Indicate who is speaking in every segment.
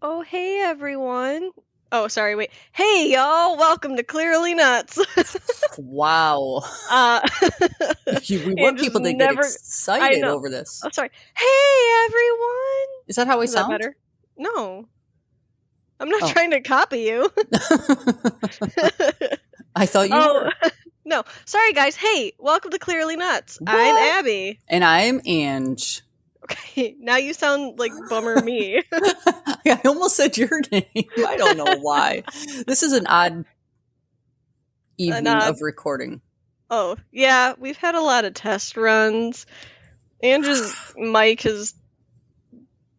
Speaker 1: Oh, hey everyone. Oh, sorry, wait. Hey y'all, welcome to Clearly Nuts.
Speaker 2: Wow.
Speaker 1: uh
Speaker 2: You- we
Speaker 1: And
Speaker 2: want
Speaker 1: just
Speaker 2: people to
Speaker 1: never-
Speaker 2: get excited
Speaker 1: know.
Speaker 2: over this.
Speaker 1: I'm oh, sorry. Hey everyone.
Speaker 2: Is that how we
Speaker 1: Is that
Speaker 2: sound?
Speaker 1: better? No. I'm not
Speaker 2: Oh.
Speaker 1: trying to copy you.
Speaker 2: I thought you
Speaker 1: oh.
Speaker 2: were.
Speaker 1: no. Sorry guys. Hey, welcome to Clearly Nuts. I'm
Speaker 2: What?
Speaker 1: Abby.
Speaker 2: And I'm Ange.
Speaker 1: Okay. Now you sound like bummer me.
Speaker 2: I almost said your name. I don't know why. this is an odd evening
Speaker 1: odd-
Speaker 2: of recording.
Speaker 1: oh, yeah, we've had a lot of test runs. Andrew's mic has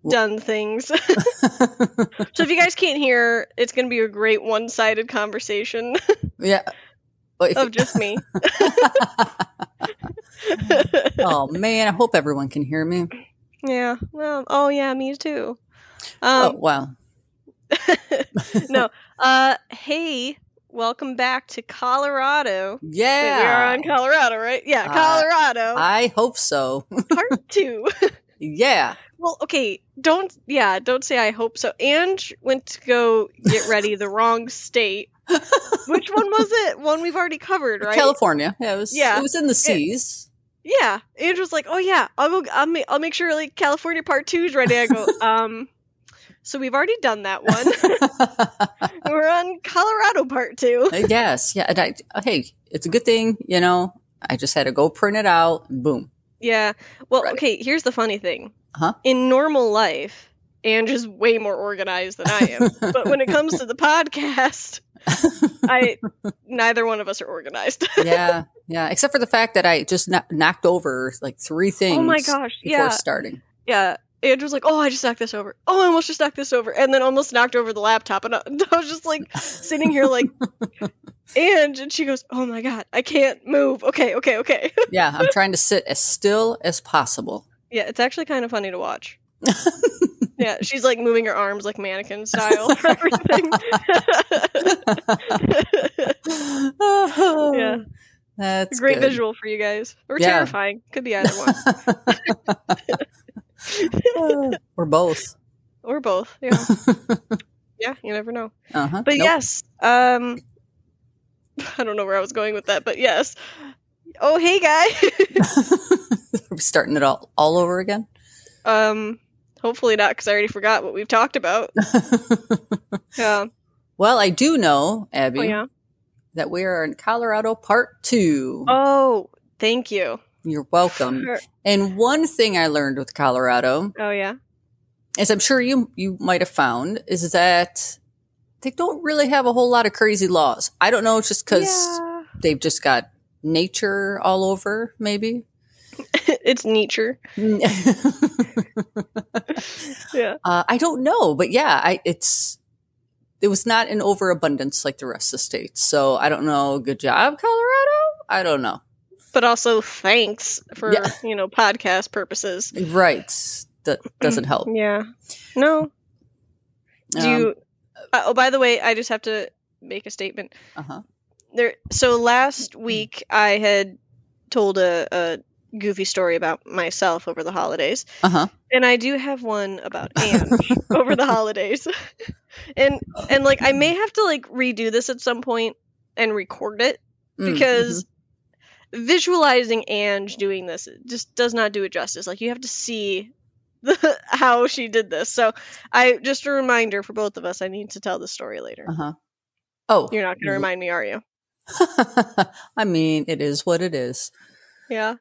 Speaker 1: done things. So if you guys can't hear, it's going to be a great one-sided conversation
Speaker 2: yeah. But if-
Speaker 1: of just me.
Speaker 2: oh man, I hope everyone can hear me.
Speaker 1: yeah. Well, oh yeah, me too.
Speaker 2: oh
Speaker 1: Um,
Speaker 2: wow.
Speaker 1: no. Uh, hey, welcome back to Colorado. Wait,
Speaker 2: Yeah.
Speaker 1: We are on Colorado, right? Yeah,
Speaker 2: Uh,
Speaker 1: Colorado,
Speaker 2: I hope so.
Speaker 1: part two.
Speaker 2: yeah.
Speaker 1: well, okay. Don't yeah. Don't say I hope so. Ange went to go get ready the wrong state. Which one was it? One we've already covered, right?
Speaker 2: California. Yeah, it was
Speaker 1: Yeah.
Speaker 2: it was in the seas.
Speaker 1: Yeah, Andrew's like, "Oh yeah, I'll go. I'll, ma- I'll make sure like California Part Two is ready." I go, um, so we've already done that one. We're on Colorado Part Two.
Speaker 2: I guess. Uh, Yeah. And I, oh, hey, it's a good thing, you know. I just had to go print it out. Boom.
Speaker 1: Yeah. Well,
Speaker 2: Right. Uh-huh.
Speaker 1: okay. Here's the funny thing.
Speaker 2: Huh?
Speaker 1: In normal life, Andrew's way more organized than I am. but when it comes to the podcast, I neither one of us are organized.
Speaker 2: yeah. Yeah. Except for the fact that I just kno- knocked over like three things.
Speaker 1: oh my gosh!
Speaker 2: Before
Speaker 1: Yeah.
Speaker 2: starting.
Speaker 1: yeah. Andrew's like, oh, I just knocked this over. Oh, I almost just knocked this over, and then almost knocked over the laptop, and I, I was just like sitting here like, and and she goes, oh my god, I can't move. Okay, okay, okay.
Speaker 2: Yeah. I'm trying to sit as still as possible.
Speaker 1: yeah, it's actually kind of funny to watch. yeah, she's like moving her arms like mannequin style for everything.
Speaker 2: yeah. That's
Speaker 1: Great
Speaker 2: good.
Speaker 1: visual for you guys. Or
Speaker 2: Yeah.
Speaker 1: terrifying. Could be either one
Speaker 2: Or both.
Speaker 1: or both. Yeah, yeah, you never know.
Speaker 2: Uh-huh.
Speaker 1: But
Speaker 2: Nope.
Speaker 1: yes, um, I don't know where I was going with that, but yes. Oh, hey, guy.
Speaker 2: Are we starting it all, all over again?
Speaker 1: um, hopefully not, because I already forgot what we've talked about. Yeah.
Speaker 2: well, I do know, Abby,
Speaker 1: Oh, yeah.
Speaker 2: that we are in Colorado part two.
Speaker 1: Oh, thank you.
Speaker 2: You're welcome.
Speaker 1: Sure.
Speaker 2: And one thing I learned with Colorado,
Speaker 1: Oh, yeah.
Speaker 2: as I'm sure you you might have found, is that they don't really have a whole lot of crazy laws. I don't know, it's just because
Speaker 1: Yeah.
Speaker 2: they've just got nature all over, maybe.
Speaker 1: it's nature. Yeah.
Speaker 2: Uh, I don't know, but yeah, I it's it was not an overabundance like the rest of the states. So I don't know. Good job, Colorado. I don't know.
Speaker 1: But also, thanks for,
Speaker 2: Yeah.
Speaker 1: you know, podcast purposes.
Speaker 2: Right. That doesn't help.
Speaker 1: Yeah. No. Do
Speaker 2: Um,
Speaker 1: you. Uh, oh, by the way, I just have to make a statement.
Speaker 2: uh-huh.
Speaker 1: there so last week i had told a, a goofy story about myself over the holidays
Speaker 2: Uh-huh.
Speaker 1: and i do have one about ange over the holidays and and like i may have to like redo this at some point and record it
Speaker 2: Mm,
Speaker 1: because visualizing ange doing this it just does not do it justice like you have to see the, how she did this so i just a reminder for both of us i need to tell the story later
Speaker 2: mhm, uh-huh. Oh.
Speaker 1: you're not going to remind me are you
Speaker 2: I mean, it is what it is.
Speaker 1: yeah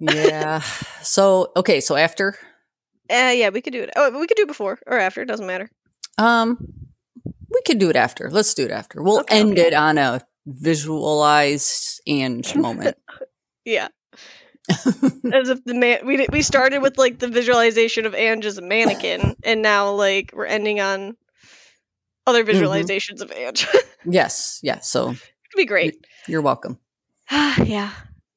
Speaker 2: Yeah. so, okay, so after
Speaker 1: Uh, yeah, we could do it. Oh, we could do it before or after. It doesn't matter.
Speaker 2: um we could do it after. Let's do it after. We'll
Speaker 1: Okay,
Speaker 2: end
Speaker 1: okay.
Speaker 2: it on a visualized and moment.
Speaker 1: Yeah. As if the man we did- we started with like the visualization of Ange as a mannequin, and now like we're ending on other
Speaker 2: Mm-hmm.
Speaker 1: visualizations of Ange. It'd
Speaker 2: yes. Yeah. So,
Speaker 1: be great.
Speaker 2: you're welcome.
Speaker 1: yeah.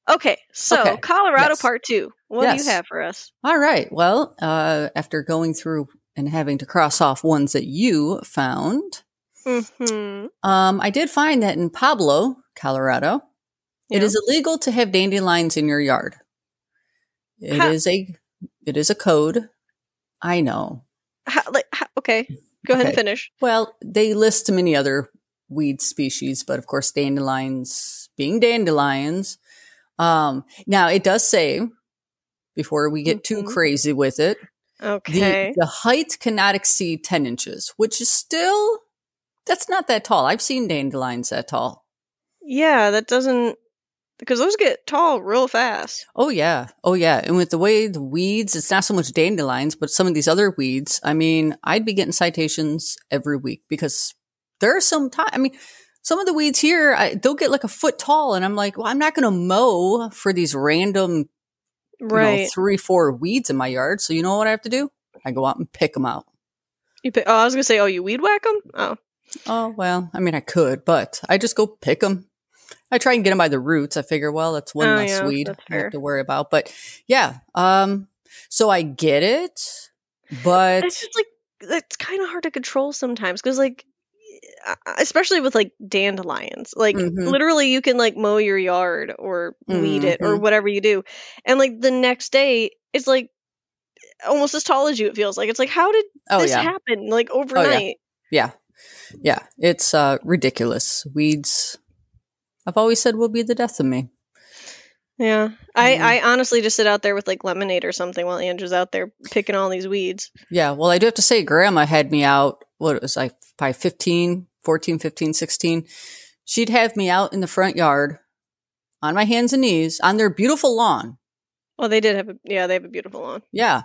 Speaker 1: Okay. So
Speaker 2: Okay,
Speaker 1: Colorado
Speaker 2: yes.
Speaker 1: Part Two. What do
Speaker 2: Yes.
Speaker 1: you have for us?
Speaker 2: All right. Well, uh after going through and having to cross off ones that you found,
Speaker 1: Hmm.
Speaker 2: um I did find that in Pablo, Colorado, It
Speaker 1: Yeah.
Speaker 2: is illegal to have dandelions in your yard. It
Speaker 1: Ha-
Speaker 2: is a it is a code. I know.
Speaker 1: How, like how, okay. Go ahead and
Speaker 2: Okay.
Speaker 1: finish.
Speaker 2: Well, they list many other weed species, but of course, dandelions being dandelions. Um, now, it does say, before we get too
Speaker 1: Mhm.
Speaker 2: crazy with it,
Speaker 1: Okay.
Speaker 2: the, the height cannot exceed 10 inches, which is still, that's not that tall. I've seen dandelions that tall.
Speaker 1: yeah, that doesn't because those get tall real fast.
Speaker 2: Oh, yeah. Oh, yeah. And with the way the weeds, it's not so much dandelions, but some of these other weeds, I mean, I'd be getting citations every week because there are some time. I mean, some of the weeds here, I, they'll get like a foot tall. And I'm like, well, I'm not going to mow for these random, you know,
Speaker 1: Right.
Speaker 2: three, four weeds in my yard. So you know what I have to do? I go out and pick them out.
Speaker 1: You pick, oh, I was gonna say, oh, you weed whack them? Oh,
Speaker 2: Oh, well, I mean, I could, but I just go pick them. I try and get them by the roots. I figure, well, that's one
Speaker 1: Oh,
Speaker 2: less
Speaker 1: yeah,
Speaker 2: weed
Speaker 1: that's
Speaker 2: I have
Speaker 1: fair.
Speaker 2: to worry about. But yeah, um, so I get it, but
Speaker 1: it's just like it's kind of hard to control sometimes because like I- I- especially with like dandelions like
Speaker 2: Mhm.
Speaker 1: literally you can like mow your yard or weed it or
Speaker 2: Mhm.
Speaker 1: whatever you do and like the next day it's like almost as tall as you it feels like it's like how did
Speaker 2: oh
Speaker 1: this
Speaker 2: yeah,
Speaker 1: happen like overnight
Speaker 2: yeah, yeah, it's uh, ridiculous. Weeds, I've always said, will be the death of me.
Speaker 1: yeah i
Speaker 2: Mhm.
Speaker 1: i honestly just sit out there with like lemonade or something while andrew's out there picking all these weeds
Speaker 2: Yeah, well, I do have to say, Grandma had me out, what was I, by 15, 14, 15, 16. She'd have me out in the front yard on my hands and knees on their beautiful lawn.
Speaker 1: well they did have a yeah they have a beautiful lawn
Speaker 2: Yeah.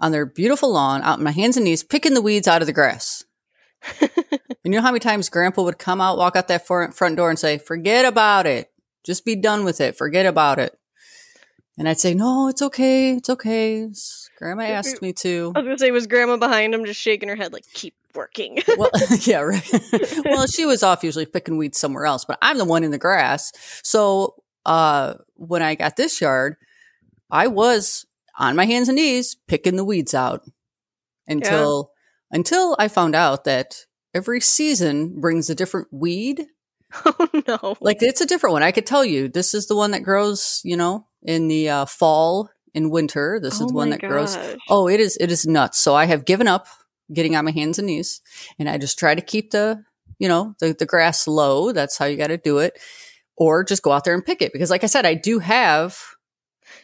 Speaker 2: On their beautiful lawn, out on my hands and knees, picking the weeds out of the grass. And you know how many times Grandpa would come out, walk out that front front door and say, Forget about it. Just be done with it. Forget about it. And I'd say, No, it's okay. It's okay. S- Grandma asked me to.
Speaker 1: i was gonna say was grandma behind him just shaking her head like keep working
Speaker 2: Well, yeah, right. well, she was off usually picking weeds somewhere else, but I'm the one in the grass. So uh, when I got this yard, I was on my hands and knees picking the weeds out until until I found out that every season brings a different weed.
Speaker 1: oh no
Speaker 2: Like it's a different one. I could tell you this is the one that grows, you know, in the uh, fall and winter. This
Speaker 1: Oh
Speaker 2: is the one that grows Oh, it is it is nuts. So I have given up getting on my hands and knees and I just try to keep the, you know, the, the grass low. That's how you gotta do it. Or just go out there and pick it. Because like I said, I do have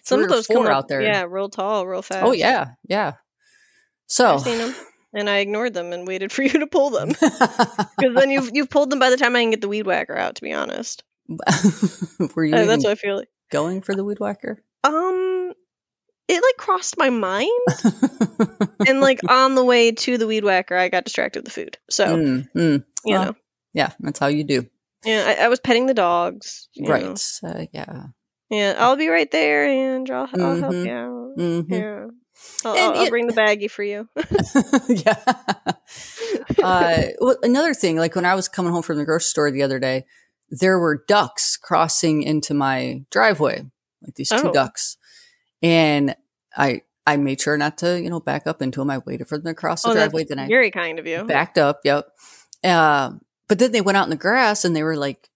Speaker 1: Some
Speaker 2: three
Speaker 1: of
Speaker 2: or
Speaker 1: those
Speaker 2: four
Speaker 1: come up,
Speaker 2: out there.
Speaker 1: Yeah, real tall, real fast.
Speaker 2: Oh yeah, yeah.
Speaker 1: I've
Speaker 2: So
Speaker 1: seen them, and I ignored them and waited for you to pull them because then you've you've pulled them by the time I can get the weed whacker out. To be honest,
Speaker 2: were you
Speaker 1: Uh,
Speaker 2: even
Speaker 1: that's what I feel. like.
Speaker 2: going for the weed whacker?
Speaker 1: Um, it like crossed my mind, and like on the way to the weed whacker, I got distracted with the food. So
Speaker 2: Mm, mm.
Speaker 1: you
Speaker 2: well.
Speaker 1: know,
Speaker 2: Yeah, that's how you do.
Speaker 1: yeah, I, I was petting the dogs. you know.
Speaker 2: Right. Uh, yeah.
Speaker 1: Yeah, I'll be right there, and I'll, I'll help
Speaker 2: Mhm.
Speaker 1: you out.
Speaker 2: hmm
Speaker 1: Yeah. I'll,
Speaker 2: And
Speaker 1: I'll, I'll
Speaker 2: it-
Speaker 1: bring the baggie for you.
Speaker 2: Mm-hmm.
Speaker 1: Oh,
Speaker 2: yeah. Uh, well, another thing, like when I was coming home from the grocery store the other day, there were ducks crossing into my driveway, like these two
Speaker 1: Oh.
Speaker 2: ducks, and I I made sure not to you know back up into them. I waited for them to cross the
Speaker 1: oh, that's
Speaker 2: driveway, then I
Speaker 1: very kind of you.
Speaker 2: backed up. Yep. Uh, but then they went out in the grass and they were like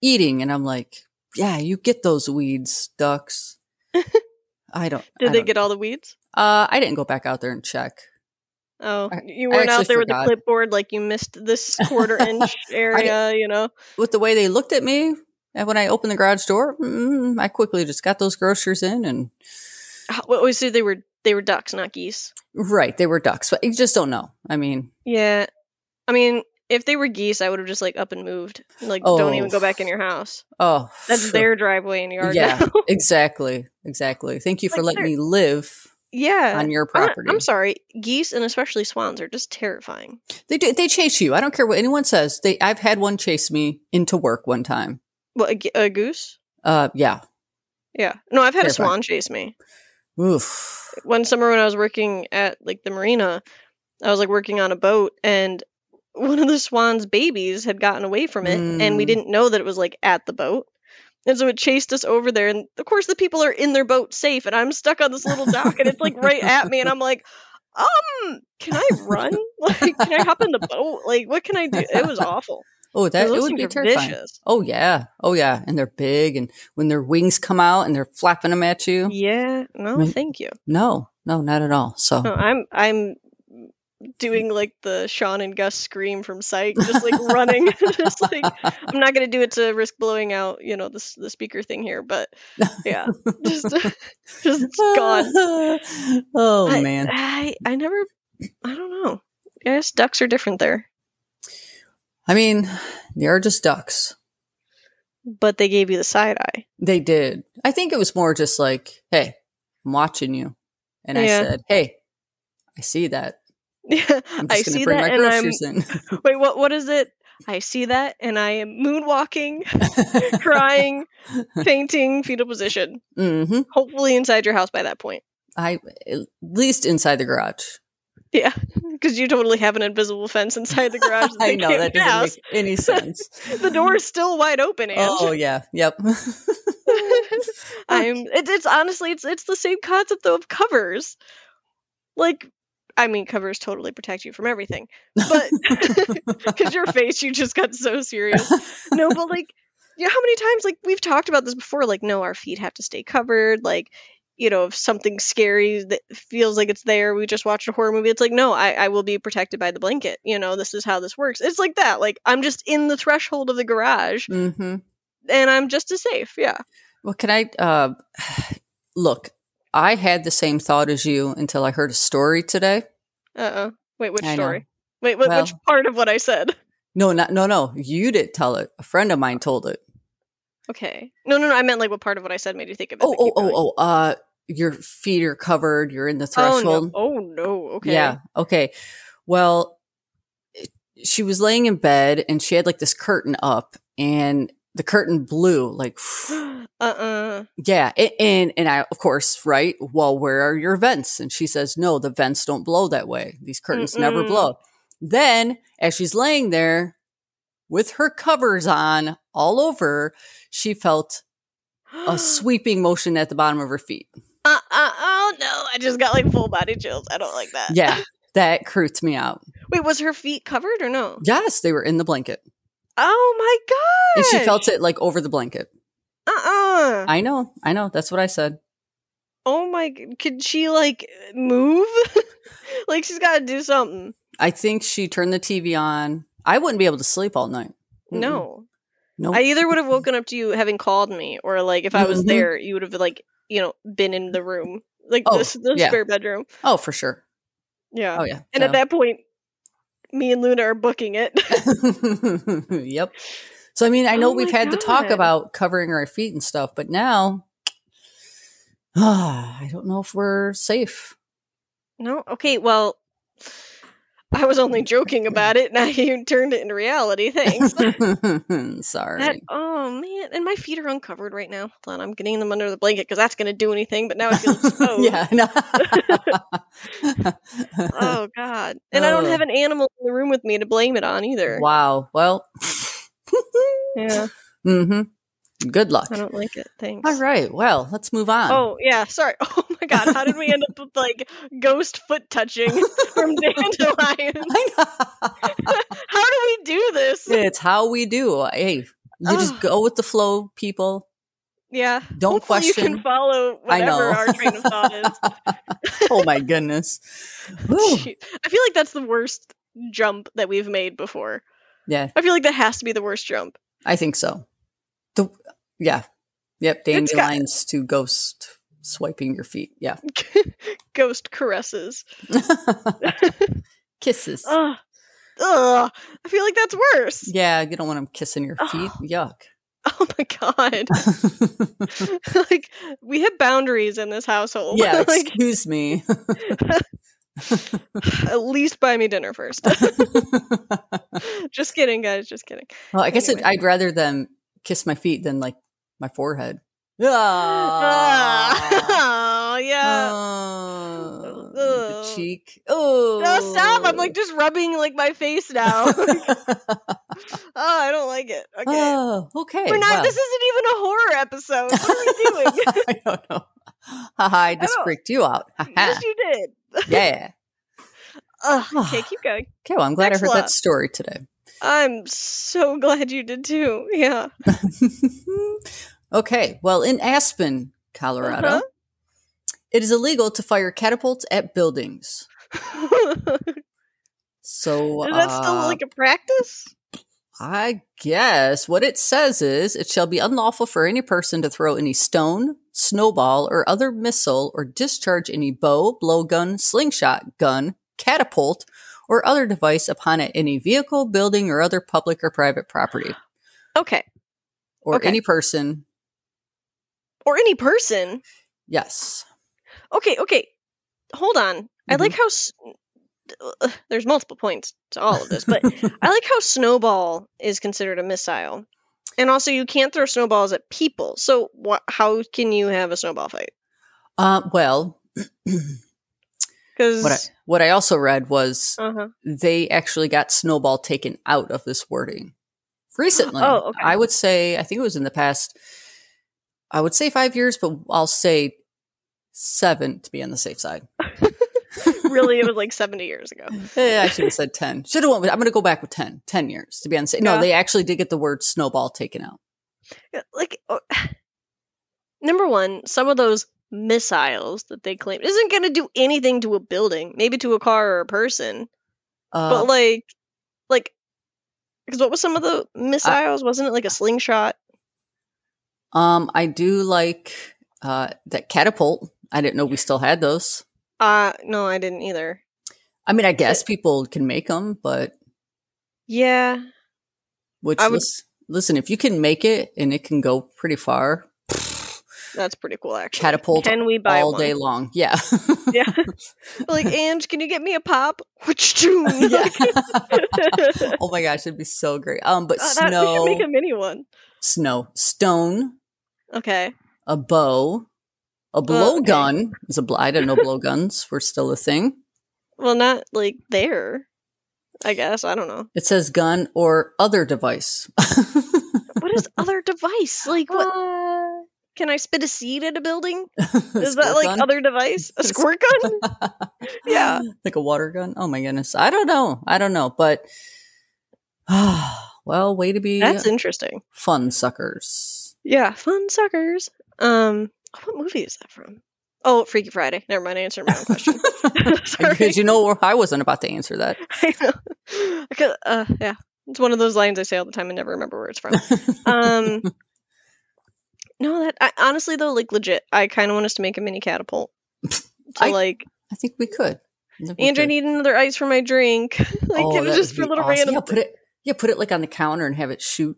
Speaker 2: eating, and I'm like, yeah, you get those weeds, ducks. I don't.
Speaker 1: Did
Speaker 2: I
Speaker 1: they
Speaker 2: don't-
Speaker 1: get all the weeds?
Speaker 2: Uh, I didn't go back out there and check.
Speaker 1: Oh,
Speaker 2: I-
Speaker 1: you
Speaker 2: I
Speaker 1: weren't
Speaker 2: actually
Speaker 1: out there with
Speaker 2: forgot.
Speaker 1: the clipboard like you missed this quarter inch area, you know.
Speaker 2: with the way they looked at me and when I opened the garage door, mm, I quickly just got those groceries in and
Speaker 1: Ah, What was it? They were they were ducks, not geese.
Speaker 2: right, they were ducks, but you just don't know. I mean,
Speaker 1: Yeah, I mean, if they were geese, I would have just like up and moved. Like, don't even
Speaker 2: Oh.
Speaker 1: go back in your house.
Speaker 2: oh,
Speaker 1: That's their driveway and yard.
Speaker 2: Yeah,
Speaker 1: now.
Speaker 2: exactly, exactly. Thank you for
Speaker 1: Like,
Speaker 2: letting
Speaker 1: they're-
Speaker 2: me live
Speaker 1: yeah.
Speaker 2: on your
Speaker 1: I-
Speaker 2: property.
Speaker 1: I'm sorry, geese and especially swans are just terrifying.
Speaker 2: They do, they chase you. I don't care what anyone says. They I've had one chase me into work one time.
Speaker 1: What a, ge- a goose?
Speaker 2: Uh, yeah.
Speaker 1: Yeah, no, I've had a
Speaker 2: Terrifying.
Speaker 1: swan chase me.
Speaker 2: Oof.
Speaker 1: one summer when I was working at like the marina, I was like working on a boat and one of the swan's babies had gotten away from it and we
Speaker 2: Mm.
Speaker 1: didn't know that it was like at the boat. And so it chased us over there and of course the people are in their boat safe and I'm stuck on this little dock and it's like right at me and I'm like, "Um, can I run? Like can I hop in the boat? Like what can I do?" It was awful.
Speaker 2: Oh, that it
Speaker 1: Those
Speaker 2: would
Speaker 1: things
Speaker 2: be
Speaker 1: are
Speaker 2: terrifying.
Speaker 1: vicious.
Speaker 2: Oh yeah. Oh yeah. And they're big, and when their wings come out and they're flapping them at you.
Speaker 1: Yeah, no,
Speaker 2: Mm.
Speaker 1: thank you.
Speaker 2: Oh. No, no, not at all. So
Speaker 1: No, Uh, I'm I'm doing like the Sean and Gus scream from Psych, just like running. just like I'm not gonna do it to risk blowing out, you know, the the speaker thing here, but yeah, just just gone.
Speaker 2: Oh
Speaker 1: I,
Speaker 2: man,
Speaker 1: I I never, I don't know. I guess ducks are different there,
Speaker 2: I mean, they are just ducks.
Speaker 1: but they gave you the side eye.
Speaker 2: They did. I think it was more just like, hey, I'm watching you, and I
Speaker 1: Yeah.
Speaker 2: said, hey, I see that.
Speaker 1: Yeah,
Speaker 2: I'm
Speaker 1: I
Speaker 2: just going
Speaker 1: see
Speaker 2: to bring
Speaker 1: that,
Speaker 2: my
Speaker 1: and I'm
Speaker 2: groceries in.
Speaker 1: wait. What what is it? I see that, and I am moonwalking, crying, fainting, fetal position.
Speaker 2: hmm
Speaker 1: Hopefully inside your house by that point.
Speaker 2: I at least inside the garage.
Speaker 1: Yeah, because you totally have an invisible fence inside the garage. That
Speaker 2: I
Speaker 1: they
Speaker 2: know
Speaker 1: can't
Speaker 2: that doesn't
Speaker 1: pass.
Speaker 2: make any sense.
Speaker 1: The door is still wide open, and
Speaker 2: Oh yeah, yep.
Speaker 1: I'm. It, it's honestly, it's it's the same concept though of covers. Like, I mean, covers totally protect you from everything, but because your face, you just got so serious. No, but like, you know how many times like we've talked about this before? Like, no, our feet have to stay covered. Like, you know, if something scary that feels like it's there, we just watched a horror movie. It's like, no, I, I will be protected by the blanket. You know, this is how this works. It's like that. Like, I'm just in the threshold of the garage,
Speaker 2: hmm
Speaker 1: and I'm just as safe. Yeah.
Speaker 2: Well, can I uh, look? I had the same thought as you until I heard a story today.
Speaker 1: Uh oh. Wait, which
Speaker 2: I know.
Speaker 1: story? Wait, what, which
Speaker 2: Well-
Speaker 1: part of what I said?
Speaker 2: No, not no, no. You didn't tell it. A friend of mine told it.
Speaker 1: Okay. No, no, no. I meant like what part of what I said made you think of it.
Speaker 2: Oh,
Speaker 1: but
Speaker 2: oh,
Speaker 1: keep going.
Speaker 2: oh, oh. Uh, your feet are covered. You're in the
Speaker 1: Oh, no.
Speaker 2: threshold.
Speaker 1: Oh no. Okay.
Speaker 2: Yeah. Okay. Well, it- she was laying in bed and she had like this curtain up and the curtain blew like
Speaker 1: Uh uh
Speaker 2: yeah a- and and i of course right well where are your vents and she says no the vents don't blow that way these curtains never
Speaker 1: Mm-mm.
Speaker 2: blow then as she's laying there with her covers on all over she felt a sweeping motion at the bottom of her feet
Speaker 1: Uh, uh, oh no! I just got like full body chills. I don't like that.
Speaker 2: yeah that creeped me out
Speaker 1: Wait, was her feet covered or no?
Speaker 2: yes they were in the blanket
Speaker 1: Oh my
Speaker 2: and
Speaker 1: god!
Speaker 2: she felt it like over the blanket
Speaker 1: Uh uh
Speaker 2: I know, I know. That's what I said.
Speaker 1: Oh my! g- Could she like move? like she's got to do something.
Speaker 2: I think she turned the TV on. I wouldn't be able to sleep all night. Mm-mm.
Speaker 1: No,
Speaker 2: no.
Speaker 1: I either would have woken up to you having called me, or like if I was
Speaker 2: Mhm.
Speaker 1: there, you would have like you know been in the room, like
Speaker 2: Oh,
Speaker 1: this the
Speaker 2: yeah.
Speaker 1: spare bedroom.
Speaker 2: oh, for sure.
Speaker 1: Yeah.
Speaker 2: Oh, yeah.
Speaker 1: Uh, and at that point, me and Luna are booking it.
Speaker 2: So- yep. So I mean, I know
Speaker 1: Oh
Speaker 2: we've
Speaker 1: my
Speaker 2: had the talk
Speaker 1: God.
Speaker 2: about covering our feet and stuff, but now I don't know if we're safe.
Speaker 1: no, okay, well, I was only joking about it. Now you turned it into reality. Thanks.
Speaker 2: Sorry.
Speaker 1: That, oh man, and my feet are uncovered right now. Hold on, I'm getting them under the blanket because that's gonna do anything. But now I feel exposed.
Speaker 2: yeah. I know.
Speaker 1: Oh god, and I don't
Speaker 2: Oh.
Speaker 1: have an animal in the room with me to blame it on either.
Speaker 2: wow. Well.
Speaker 1: Yeah,
Speaker 2: mm-hmm. Good luck.
Speaker 1: I don't like it. Thanks.
Speaker 2: All right. Well, let's move on.
Speaker 1: Oh yeah, sorry. Oh my god, how did we end up with like ghost foot touching from dandelion? How do we do this?
Speaker 2: it's how we do. Hey, you just
Speaker 1: Ugh.
Speaker 2: go with the flow, people.
Speaker 1: Yeah.
Speaker 2: Don't
Speaker 1: Hopefully You
Speaker 2: question.
Speaker 1: can follow
Speaker 2: I know.
Speaker 1: whatever our train of thought is.
Speaker 2: oh my goodness. Whew.
Speaker 1: Gee, I feel like that's the worst jump that we've made before.
Speaker 2: Yeah,
Speaker 1: I feel like that has to be the worst jump.
Speaker 2: I think so. The yeah, yep.
Speaker 1: It's got-
Speaker 2: Dandelions to ghost swiping your feet. Yeah,
Speaker 1: Ghost caresses.
Speaker 2: kisses.
Speaker 1: Ugh. Ugh. I feel like that's worse.
Speaker 2: Yeah, you don't want them kissing your feet.
Speaker 1: Oh my god.
Speaker 2: Yuck.
Speaker 1: like we have boundaries in this household.
Speaker 2: yeah,
Speaker 1: like
Speaker 2: excuse me.
Speaker 1: at least buy me dinner first. just kidding, guys. Just kidding.
Speaker 2: Well, I guess it,
Speaker 1: Anyway.
Speaker 2: I'd rather them kiss my feet than like my forehead. Ah.
Speaker 1: Ah. oh yeah.
Speaker 2: Ah. the
Speaker 1: Ugh.
Speaker 2: cheek. Oh,
Speaker 1: no, stop! I'm like just rubbing like my face now. Oh, I don't like it. Okay.
Speaker 2: Oh, okay.
Speaker 1: We're not
Speaker 2: well.
Speaker 1: this isn't even a horror episode. What are we doing?
Speaker 2: I don't know. Haha, I just
Speaker 1: don't-
Speaker 2: freaked you out. Haha.
Speaker 1: yes, you did.
Speaker 2: yeah.
Speaker 1: Ugh, okay, keep going.
Speaker 2: Okay, well, I'm glad
Speaker 1: Next
Speaker 2: I heard
Speaker 1: law.
Speaker 2: that story today.
Speaker 1: I'm so glad you did too. Yeah.
Speaker 2: okay, well, in Aspen, Colorado,
Speaker 1: Uh-huh.
Speaker 2: it is illegal to fire catapults at buildings. So
Speaker 1: Is that still
Speaker 2: uh,
Speaker 1: like a practice?
Speaker 2: I guess what it says is it shall be unlawful for any person to throw any stone, snowball, or other missile, or discharge any bow, blowgun, slingshot, gun, catapult, or other device upon any vehicle, building, or other public or private property,
Speaker 1: Okay.
Speaker 2: or
Speaker 1: Okay.
Speaker 2: any person.
Speaker 1: Or any person.
Speaker 2: Yes.
Speaker 1: Okay, okay. Hold on. I
Speaker 2: Mm-hmm.
Speaker 1: like how s- there's multiple points to all of this, but I like how snowball is considered a missile. And also you can't throw snowballs at people. So wh- how can you have a snowball fight?
Speaker 2: Uh, well,
Speaker 1: Cuz
Speaker 2: what I, what I also read was
Speaker 1: uh-huh.
Speaker 2: they actually got snowball taken out of this wording recently.
Speaker 1: Oh, okay.
Speaker 2: I would say I think it was in the past. I would say five years, but I'll say seven to be on the safe side.
Speaker 1: really it was like 70 years ago.
Speaker 2: Eh, I should have said ten. Should have went. With, I'm going to go back with 10. 10 years to be on the safe. No,
Speaker 1: Yeah.
Speaker 2: they actually did get the word snowball taken out.
Speaker 1: Yeah, like oh, number one some of those missiles that they claim isn't going to do anything to a building maybe to a car or a person
Speaker 2: Uh,
Speaker 1: but like like because what was some of the missiles wasn't it like a slingshot
Speaker 2: um, I do like uh that catapult. I didn't know we still had those.
Speaker 1: uh no i didn't either
Speaker 2: I mean, I guess people can make them, but
Speaker 1: yeah
Speaker 2: which
Speaker 1: I would-
Speaker 2: lis- listen, if you can make it and it can go pretty far,
Speaker 1: that's pretty cool actually
Speaker 2: catapult
Speaker 1: can we buy
Speaker 2: all
Speaker 1: one?
Speaker 2: day long. Yeah.
Speaker 1: yeah like ange can you get me a pop which tune
Speaker 2: Yeah.
Speaker 1: oh,
Speaker 2: oh my gosh, it'd be so great. Um, but
Speaker 1: that, we
Speaker 2: snow,
Speaker 1: should make a mini one
Speaker 2: snow, stone,
Speaker 1: okay
Speaker 2: a bow,
Speaker 1: Oh,
Speaker 2: a
Speaker 1: okay.
Speaker 2: blowgun is a bl- I don't know blowguns were still a thing.
Speaker 1: well not like there i guess i don't know
Speaker 2: It says gun or other device.
Speaker 1: what is other device? Like what? Can I spit a seed at a building? Is that
Speaker 2: Squirt
Speaker 1: like
Speaker 2: gun?
Speaker 1: other device? A squirt gun? Yeah.
Speaker 2: like a water gun. Oh my goodness, I don't know. I don't know, but well, way to be
Speaker 1: That's interesting.
Speaker 2: fun suckers.
Speaker 1: Yeah, fun suckers. Um, what movie is that from? Oh, Freaky Friday. Never mind. I answered my own question. Sorry.
Speaker 2: Because you know I wasn't about to answer that.
Speaker 1: I know. I could- uh, yeah, it's one of those lines I say all the time and never remember where it's from. Um, no, that I, honestly though, like legit, I kind of want us to make a mini catapult. To
Speaker 2: I-
Speaker 1: like,
Speaker 2: I think we could. I think we
Speaker 1: Andrew, I
Speaker 2: could.
Speaker 1: need another ice for my drink. like,
Speaker 2: Oh,
Speaker 1: it was
Speaker 2: that
Speaker 1: just
Speaker 2: would
Speaker 1: for
Speaker 2: be
Speaker 1: little
Speaker 2: awesome.
Speaker 1: random
Speaker 2: Yeah, put it. Yeah, put it like on the counter and have it shoot.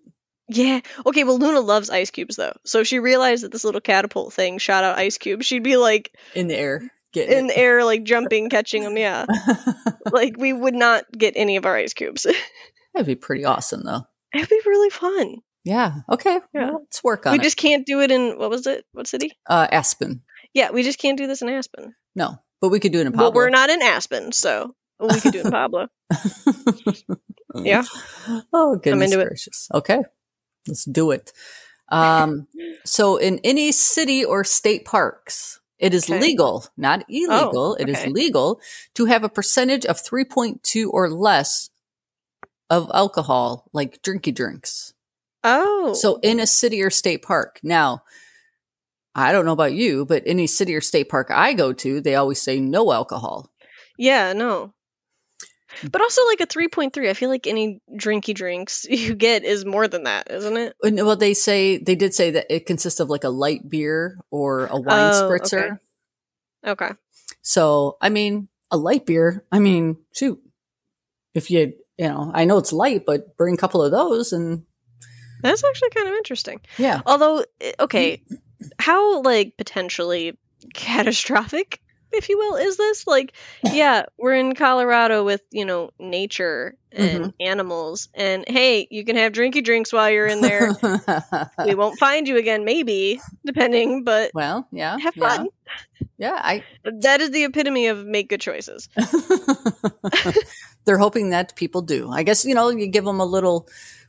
Speaker 1: Yeah. Okay, well Luna loves ice cubes though. So if she realized that this little catapult thing shot out ice cubes, she'd be like
Speaker 2: in the air. Getting
Speaker 1: in the air like jumping, catching them, yeah.
Speaker 2: it.
Speaker 1: Like we would not get any of our ice cubes.
Speaker 2: That'd be pretty awesome, though.
Speaker 1: It'd be really fun.
Speaker 2: Yeah. Okay.
Speaker 1: Yeah.
Speaker 2: Well, let's work on
Speaker 1: we
Speaker 2: it.
Speaker 1: just can't do it in what was it? What city?
Speaker 2: uh, Aspen.
Speaker 1: Yeah, we just can't do this in Aspen.
Speaker 2: No, but we could do it in Pablo.
Speaker 1: Well, we're not in Aspen, so we could do it in Pablo. yeah.
Speaker 2: Oh goodness
Speaker 1: into it.
Speaker 2: gracious. Okay, let's do it. Um, so in any city or state parks. It is
Speaker 1: Okay. Oh,
Speaker 2: legal, not illegal. It is
Speaker 1: okay.
Speaker 2: legal to have a percentage of 3.2 or less of alcohol, like drinky drinks.
Speaker 1: Oh.
Speaker 2: So in a city or state park. Now, I don't know about you, but any city or state park I go to, they always say no alcohol.
Speaker 1: Yeah, no. But also like a 3.3, I feel like any drinky drinks you get is more than that, isn't it?
Speaker 2: And, Well, they say they did say that it consists of like a light beer or a wine
Speaker 1: Oh,
Speaker 2: spritzer.
Speaker 1: okay. Okay.
Speaker 2: So, I mean, a light beer. I mean, shoot, if you you know, I know it's light, but bring a couple of those, and
Speaker 1: That's actually kind of interesting.
Speaker 2: yeah,
Speaker 1: Although, i- okay,
Speaker 2: Mm.
Speaker 1: how like potentially catastrophic, if you will, is this? Like, yeah, we're in Colorado with you know nature
Speaker 2: Mm-hmm.
Speaker 1: and animals, and hey, you can have drinky drinks while you're in there. we won't find you again, maybe, depending. But
Speaker 2: well, yeah,
Speaker 1: have
Speaker 2: yeah.
Speaker 1: fun.
Speaker 2: Yeah, I.
Speaker 1: That is the epitome of make good choices.
Speaker 2: They're hoping that people do. I guess you know you give them a little,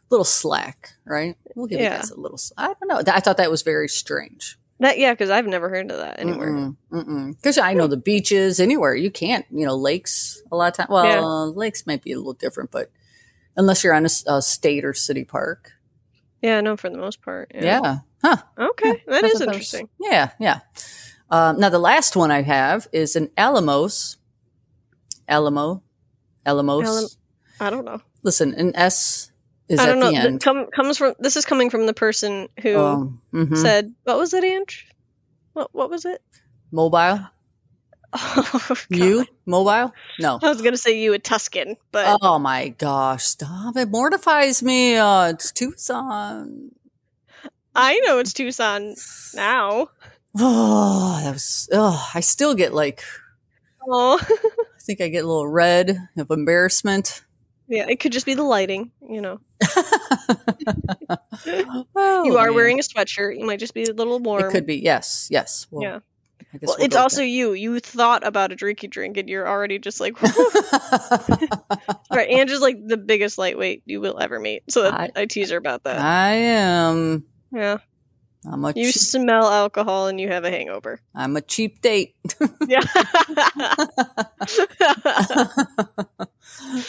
Speaker 2: little slack, right? We'll give
Speaker 1: Yeah.
Speaker 2: you guys a little. sl- I don't know. I thought that was very strange.
Speaker 1: That yeah, because I've never heard of that anywhere.
Speaker 2: Because I know the beaches anywhere you can't. You know, lakes a lot of time. Well,
Speaker 1: Yeah.
Speaker 2: uh, lakes might be a little different, but unless you're on a, s- a state or city park,
Speaker 1: Yeah, no, for the most part.
Speaker 2: yeah.
Speaker 1: Okay, that
Speaker 2: I
Speaker 1: is
Speaker 2: thought was-
Speaker 1: interesting.
Speaker 2: yeah, yeah. Um, now the last one I have is an Alamos, Alamo, Alamos,
Speaker 1: I don't know.
Speaker 2: Listen, an S is
Speaker 1: I
Speaker 2: at
Speaker 1: don't know.
Speaker 2: the
Speaker 1: Th-
Speaker 2: end.
Speaker 1: Come, comes from this is coming from the person who
Speaker 2: Um, mhm.
Speaker 1: said, "What was it, Ange? What what was it?
Speaker 2: Mobile.
Speaker 1: Oh, God.
Speaker 2: You mobile? No.
Speaker 1: I was gonna say you a Tuscan, but
Speaker 2: Oh my gosh! Stop! It mortifies me. Uh, it's Tucson.
Speaker 1: I know it's Tucson now.
Speaker 2: Oh, that was. Oh, I still get like.
Speaker 1: Oh,
Speaker 2: I think I get a little red of embarrassment.
Speaker 1: yeah. It could just be the lighting. You know,
Speaker 2: Oh,
Speaker 1: you are
Speaker 2: man.
Speaker 1: wearing a sweatshirt. You might just be a little warm.
Speaker 2: It could be yes, yes. Well,
Speaker 1: Yeah.
Speaker 2: I guess
Speaker 1: Well,
Speaker 2: we'll
Speaker 1: it's
Speaker 2: go with
Speaker 1: also you. You thought about a drinky drink, and you're already just like,
Speaker 2: that.
Speaker 1: right. Ange is like the biggest lightweight you will ever meet. So I, I tease her about that.
Speaker 2: I am.
Speaker 1: yeah,
Speaker 2: I'm a.
Speaker 1: you
Speaker 2: cheap,
Speaker 1: smell alcohol and you have a hangover.
Speaker 2: I'm a cheap date.
Speaker 1: Yeah.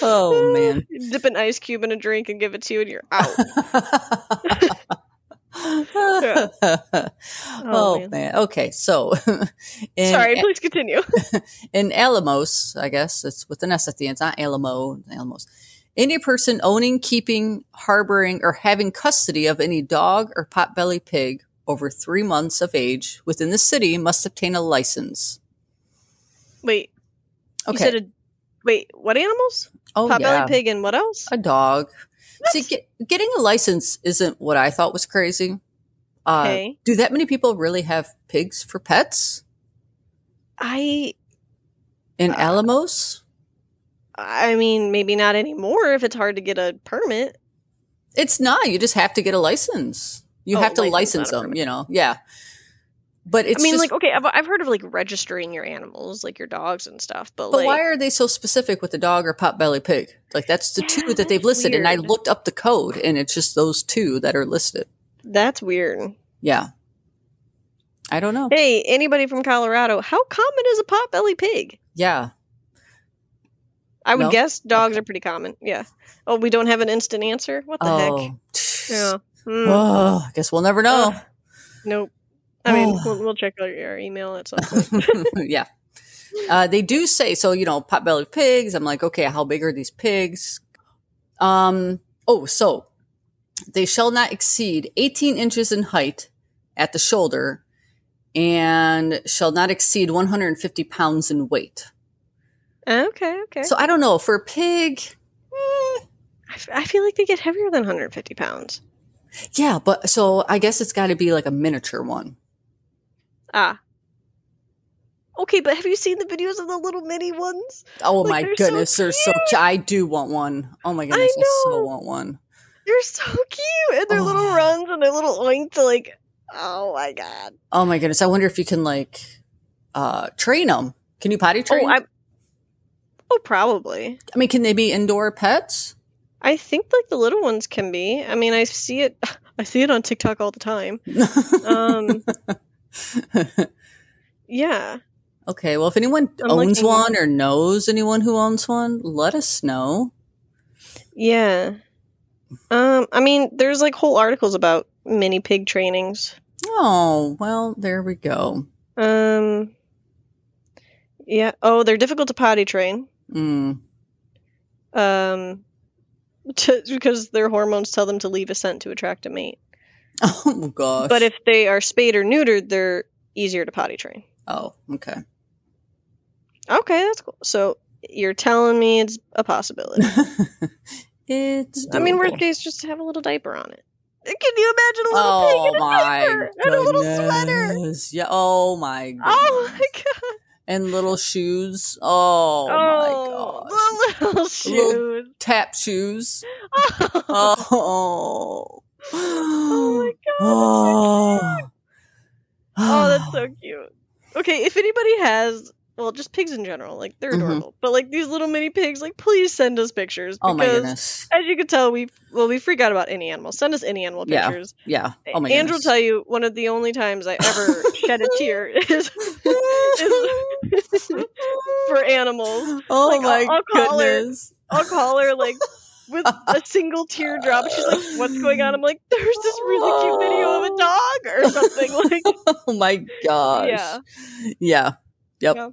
Speaker 2: oh man.
Speaker 1: You Dip an ice cube in a drink and give it to you, and you're out.
Speaker 2: oh, man.
Speaker 1: man.
Speaker 2: Oh, Okay, so in,
Speaker 1: Sorry, please continue.
Speaker 2: in Alamos, I guess it's with an S at the end. It's not Alamo, Alamos. Any person owning, keeping, harboring, or having custody of any dog or potbelly pig over three months of age within the city must obtain a license.
Speaker 1: Wait, you
Speaker 2: Okay.
Speaker 1: said a, wait, what animals?
Speaker 2: oh
Speaker 1: Potbelly
Speaker 2: yeah,
Speaker 1: pig and what else?
Speaker 2: a dog. See, get, getting a license isn't what I thought was crazy. Uh,
Speaker 1: okay,
Speaker 2: Do that many people really have pigs for pets
Speaker 1: I,
Speaker 2: in
Speaker 1: Uh,
Speaker 2: Alamos?
Speaker 1: I mean, maybe not anymore if it's hard to get a permit.
Speaker 2: It's not. You just have to get a license. You
Speaker 1: Oh,
Speaker 2: have to
Speaker 1: license,
Speaker 2: license
Speaker 1: not a
Speaker 2: them.
Speaker 1: permit.
Speaker 2: You know, yeah. But it's
Speaker 1: I mean,
Speaker 2: just,
Speaker 1: like, okay, I've, I've heard of like registering your animals, like your dogs and stuff, but,
Speaker 2: but
Speaker 1: like,
Speaker 2: why are they so specific with the dog or potbelly pig? Like that's the
Speaker 1: Yeah,
Speaker 2: two that they've
Speaker 1: that's
Speaker 2: listed, and I
Speaker 1: weird.
Speaker 2: looked up the code, and it's just those two that are listed.
Speaker 1: that's weird.
Speaker 2: Yeah. I don't know.
Speaker 1: Hey, anybody from Colorado, how common is a potbelly pig?
Speaker 2: Yeah.
Speaker 1: I would
Speaker 2: No?
Speaker 1: guess dogs are pretty common. Yeah. Oh, we don't have an instant answer. What the heck?
Speaker 2: Oh.
Speaker 1: Yeah. Hmm.
Speaker 2: Oh, I guess we'll never know.
Speaker 1: Ugh. Nope. I mean,
Speaker 2: Ugh.
Speaker 1: we'll, we'll check out your email at some point.
Speaker 2: yeah. Uh, they do say so, you know, potbelly pigs. I'm like, okay, how big are these pigs? Um, oh, so they shall not exceed 18 inches in height at the shoulder and shall not exceed 150 pounds in weight.
Speaker 1: okay, okay.
Speaker 2: So I don't know for a pig. eh,
Speaker 1: I, f- I feel like they get heavier than 150 pounds.
Speaker 2: yeah, but so I guess it's got to be like a miniature one.
Speaker 1: Ah. Okay, but have you seen the videos of the little mini ones?
Speaker 2: Oh
Speaker 1: Like,
Speaker 2: my
Speaker 1: they're so
Speaker 2: goodness, they're so
Speaker 1: cute.
Speaker 2: cute. I do want one. Oh my goodness, I, so
Speaker 1: know.
Speaker 2: want one.
Speaker 1: They're so cute, and their
Speaker 2: Oh.
Speaker 1: little runs and their little oinks. are Like, oh my god.
Speaker 2: Oh my goodness! I wonder if you can like uh train them. Can you potty train?
Speaker 1: Oh,
Speaker 2: 'em? I,
Speaker 1: I. Oh, probably.
Speaker 2: mean, can they be indoor pets?
Speaker 1: I think like the little ones can be. I mean, I see it. I see it on TikTok all the time. Um, yeah.
Speaker 2: okay. Well, if anyone
Speaker 1: I'm
Speaker 2: owns
Speaker 1: looking.
Speaker 2: one or knows anyone who owns one, let us know.
Speaker 1: Yeah. Um, I mean, there's like whole articles about mini pig trainings.
Speaker 2: Oh well, there we go.
Speaker 1: Um, yeah. Oh, they're difficult to potty train.
Speaker 2: Mm.
Speaker 1: Um, to, because their hormones tell them to leave a scent to attract a mate.
Speaker 2: Oh gosh.
Speaker 1: But if they are spayed or neutered, they're easier to potty train.
Speaker 2: oh okay.
Speaker 1: Okay, that's cool. So you're telling me it's a possibility.
Speaker 2: it's.
Speaker 1: I mean,
Speaker 2: doable.
Speaker 1: worst case, just have a little diaper on it. Can you imagine a little
Speaker 2: Oh
Speaker 1: pig in a
Speaker 2: my
Speaker 1: diaper and a little sweater?
Speaker 2: goodness. Yeah. Oh my. Goodness.
Speaker 1: Oh my god.
Speaker 2: And little shoes. Oh, my gosh.
Speaker 1: The little
Speaker 2: Little-
Speaker 1: shoes.
Speaker 2: Tap shoes.
Speaker 1: Oh,
Speaker 2: Oh.
Speaker 1: Oh my god.
Speaker 2: Oh.
Speaker 1: Oh, that's so cute. Okay, if anybody has, well, just pigs in general, like they're
Speaker 2: Mhm.
Speaker 1: adorable, but like these little mini pigs, like please send us pictures
Speaker 2: Oh
Speaker 1: because,
Speaker 2: my goodness.
Speaker 1: as you can tell, we well we freak out about any animal. Send us any animal
Speaker 2: Yeah.
Speaker 1: pictures.
Speaker 2: Yeah. Oh my
Speaker 1: Andrew will
Speaker 2: goodness.
Speaker 1: tell you one of the only times I ever shed a tear is is- for animals.
Speaker 2: oh
Speaker 1: Like,
Speaker 2: my
Speaker 1: I'll- I'll call her.
Speaker 2: goodness.
Speaker 1: I'll call her like with a single teardrop. She's like, "What's going on?" I'm like, "There's this really cute video of a dog or something." Like,
Speaker 2: Oh my Oh, gosh.
Speaker 1: Yeah.
Speaker 2: Yeah. Yep.
Speaker 1: Yeah.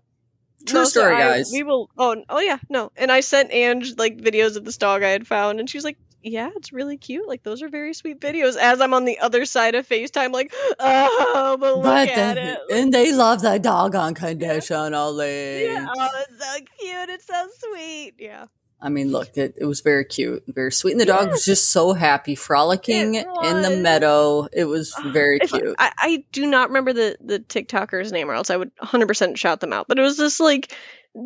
Speaker 2: True
Speaker 1: No, so
Speaker 2: story,
Speaker 1: I-
Speaker 2: guys.
Speaker 1: We will. Oh, n- oh yeah, no. And I sent Ange like videos of this dog I had found, and she was like, "Yeah, it's really cute. Like those are very sweet videos." As I'm on the other side of Facetime, like, oh, but look
Speaker 2: but
Speaker 1: at
Speaker 2: the-
Speaker 1: it.
Speaker 2: and they love that dog unconditionally.
Speaker 1: Yeah, oh, it's so cute. It's so sweet. Yeah.
Speaker 2: I mean, look, it, it was very cute, and very sweet, and the dog was just so happy, frolicking
Speaker 1: It
Speaker 2: in the
Speaker 1: was. Ah,
Speaker 2: meadow. It was very
Speaker 1: If-
Speaker 2: cute.
Speaker 1: I, I do not remember the the TikToker's name, or else I would 100% shout them out. But it was this like,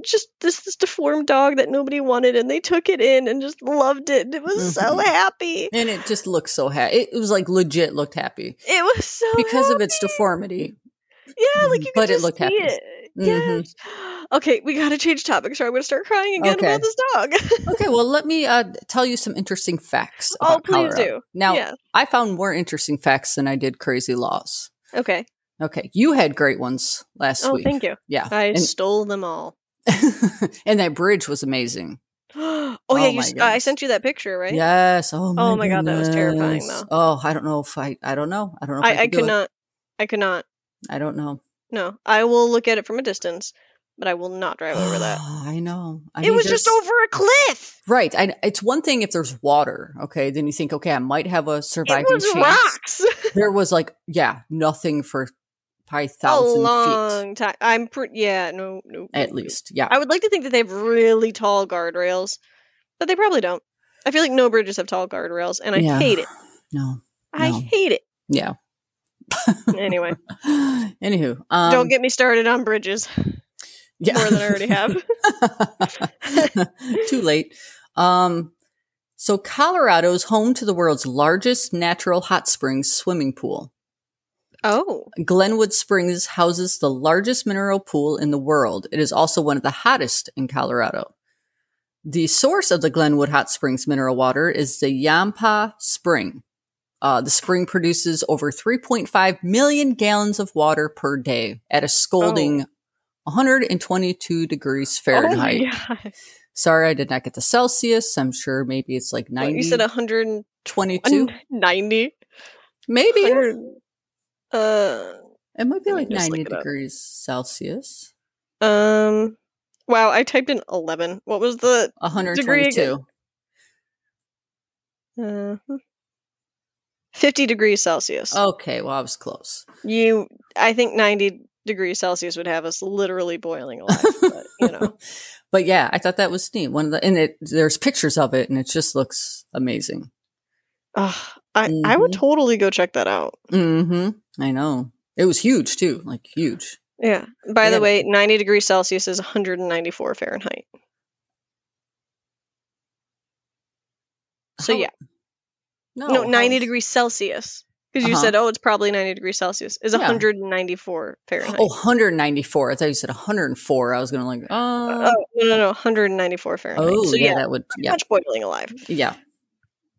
Speaker 1: just this this deformed dog that nobody wanted, and they took it in and just loved it. And it was so
Speaker 2: Mhm.
Speaker 1: happy.
Speaker 2: and it just looked so happy. It was like legit looked happy
Speaker 1: It was so
Speaker 2: because of its
Speaker 1: happy.
Speaker 2: deformity.
Speaker 1: Yeah, like you could
Speaker 2: But it
Speaker 1: just
Speaker 2: looked
Speaker 1: see
Speaker 2: happy.
Speaker 1: it.
Speaker 2: Mhm.
Speaker 1: Yes. Okay, we gotta change topics, or I'm gonna start crying again
Speaker 2: Okay.
Speaker 1: about this dog.
Speaker 2: Okay, well, let me uh, tell you some interesting facts.
Speaker 1: oh,
Speaker 2: about
Speaker 1: please
Speaker 2: Colorado.
Speaker 1: do.
Speaker 2: Now,
Speaker 1: yeah.
Speaker 2: I found more interesting facts than I did crazy laws.
Speaker 1: Okay.
Speaker 2: Okay, you had great ones last
Speaker 1: Oh,
Speaker 2: week.
Speaker 1: thank you.
Speaker 2: Yeah,
Speaker 1: I
Speaker 2: and-
Speaker 1: stole them all.
Speaker 2: and that bridge was amazing.
Speaker 1: oh
Speaker 2: Oh,
Speaker 1: yeah, you,
Speaker 2: my
Speaker 1: s- I
Speaker 2: goodness.
Speaker 1: sent you that picture, right?
Speaker 2: Yes. Oh my,
Speaker 1: Oh my God, that was terrifying,
Speaker 2: goodness.
Speaker 1: though.
Speaker 2: Oh, I don't know if I. I don't know. I don't know. If I,
Speaker 1: I, I
Speaker 2: do
Speaker 1: could
Speaker 2: it.
Speaker 1: not. I could not.
Speaker 2: I don't know.
Speaker 1: No, I will look at it from a distance, but I will not drive over that.
Speaker 2: I know. I
Speaker 1: it
Speaker 2: mean,
Speaker 1: was just
Speaker 2: there's-
Speaker 1: over a cliff.
Speaker 2: Right. I, it's one thing if there's water. Okay, then you think, okay, I might have a surviving
Speaker 1: It was
Speaker 2: chance.
Speaker 1: rocks.
Speaker 2: There was like, yeah, nothing for probably
Speaker 1: a
Speaker 2: thousand feet
Speaker 1: long time. I'm pretty. Yeah, no, no.
Speaker 2: at
Speaker 1: no.
Speaker 2: least. Yeah.
Speaker 1: I would like to think that they have really tall guardrails, but they probably don't. I feel like no bridges have tall guardrails, and I
Speaker 2: Yeah.
Speaker 1: hate it.
Speaker 2: no.
Speaker 1: I
Speaker 2: No.
Speaker 1: hate it.
Speaker 2: Yeah.
Speaker 1: Anyway,
Speaker 2: Anywho, um,
Speaker 1: don't get me started on bridges
Speaker 2: yeah.
Speaker 1: more than I already have.
Speaker 2: Too late. Um, so Colorado is home to the world's largest natural hot springs swimming pool.
Speaker 1: oh,
Speaker 2: Glenwood Springs houses the largest mineral pool in the world. It is also one of the hottest in Colorado. The source of the Glenwood Hot Springs mineral water is the Yampa Spring. Uh, the spring produces over 3.5 million gallons of water per day at a scolding 122 degrees Fahrenheit.
Speaker 1: Oh my God.
Speaker 2: Sorry, I did not get the Celsius. I'm sure maybe it's like 90,
Speaker 1: You said 190.
Speaker 2: 22. Maybe
Speaker 1: 100, uh,
Speaker 2: it might be
Speaker 1: Let me
Speaker 2: like
Speaker 1: just look
Speaker 2: 90
Speaker 1: it up.
Speaker 2: degrees Celsius.
Speaker 1: um, wow, I typed in 11. What was the. Degree
Speaker 2: 122.
Speaker 1: Uh, 50 degrees Celsius.
Speaker 2: Okay, well, I was close.
Speaker 1: You, I think 90 degrees Celsius would have us literally boiling alive, but you know.
Speaker 2: But yeah, I thought that was neat. One of the and it there's pictures of it, and it just looks amazing.
Speaker 1: Ugh, I, I would
Speaker 2: Mhm.
Speaker 1: totally go check that out.
Speaker 2: hmm I know it was huge too, like huge.
Speaker 1: Yeah. By
Speaker 2: Yeah.
Speaker 1: the way, 90 degrees Celsius is 194 Fahrenheit. So
Speaker 2: How-
Speaker 1: yeah,
Speaker 2: Oh, no,
Speaker 1: no,
Speaker 2: how
Speaker 1: 90
Speaker 2: is-
Speaker 1: degrees Celsius. Because you
Speaker 2: oh, Uh-huh.
Speaker 1: said, oh, it's probably 90 degrees Celsius is
Speaker 2: Yeah.
Speaker 1: 194 Fahrenheit.
Speaker 2: Oh, 194. I thought you said 104. I was gonna like,
Speaker 1: Oh,
Speaker 2: oh,
Speaker 1: no, no, no, 194 Fahrenheit.
Speaker 2: oh,
Speaker 1: so
Speaker 2: yeah,
Speaker 1: yeah,
Speaker 2: that would,
Speaker 1: pretty
Speaker 2: yeah,
Speaker 1: much boiling alive.
Speaker 2: yeah.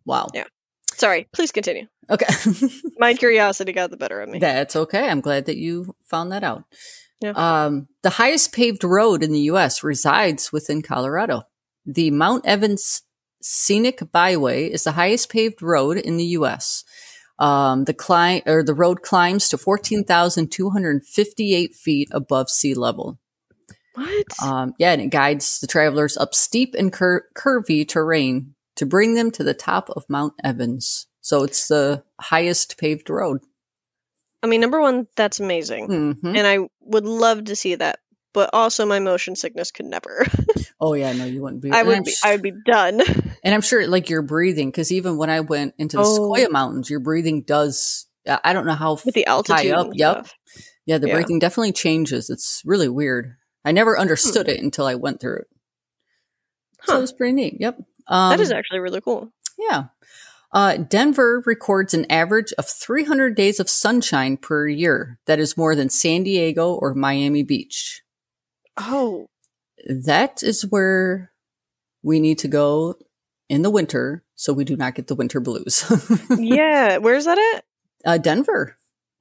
Speaker 2: Wow.
Speaker 1: Yeah. Sorry, please continue.
Speaker 2: Okay.
Speaker 1: My curiosity got the better of me.
Speaker 2: That's okay. I'm glad that you found that out.
Speaker 1: Yeah.
Speaker 2: Um, the highest paved road in the U.S. resides within Colorado. The Mount Evans Scenic Byway is the highest paved road in the U.S. Um, the climb or the road climbs to 14,258 feet above sea level.
Speaker 1: what?
Speaker 2: Um, yeah, and it guides the travelers up steep and cur- curvy terrain to bring them to the top of Mount Evans. So it's the highest paved road.
Speaker 1: I mean, number one, that's amazing.
Speaker 2: hmm
Speaker 1: And I would love to see that. But also, my motion sickness could never.
Speaker 2: Oh yeah, no, you wouldn't be.
Speaker 1: I
Speaker 2: and I'm
Speaker 1: would be,
Speaker 2: sh-
Speaker 1: I would be done.
Speaker 2: and I'm sure like you're breathing because even when I went into the
Speaker 1: Oh.
Speaker 2: Sequoia Mountains, your breathing does. I I don't know how.
Speaker 1: with the altitude.
Speaker 2: up,
Speaker 1: and
Speaker 2: yep.
Speaker 1: stuff.
Speaker 2: yeah, the
Speaker 1: yeah.
Speaker 2: breathing definitely changes. It's really weird. I never understood it until I went through it.
Speaker 1: Hmm.
Speaker 2: So
Speaker 1: Huh.
Speaker 2: it was pretty neat. Yep. Um,
Speaker 1: that is actually really cool.
Speaker 2: yeah. Uh, Denver records an average of 300 days of sunshine per year. That is more than San Diego or Miami Beach.
Speaker 1: Oh,
Speaker 2: that is where we need to go in the winter so we do not get the winter blues.
Speaker 1: yeah. Where's that at?
Speaker 2: uh, Denver.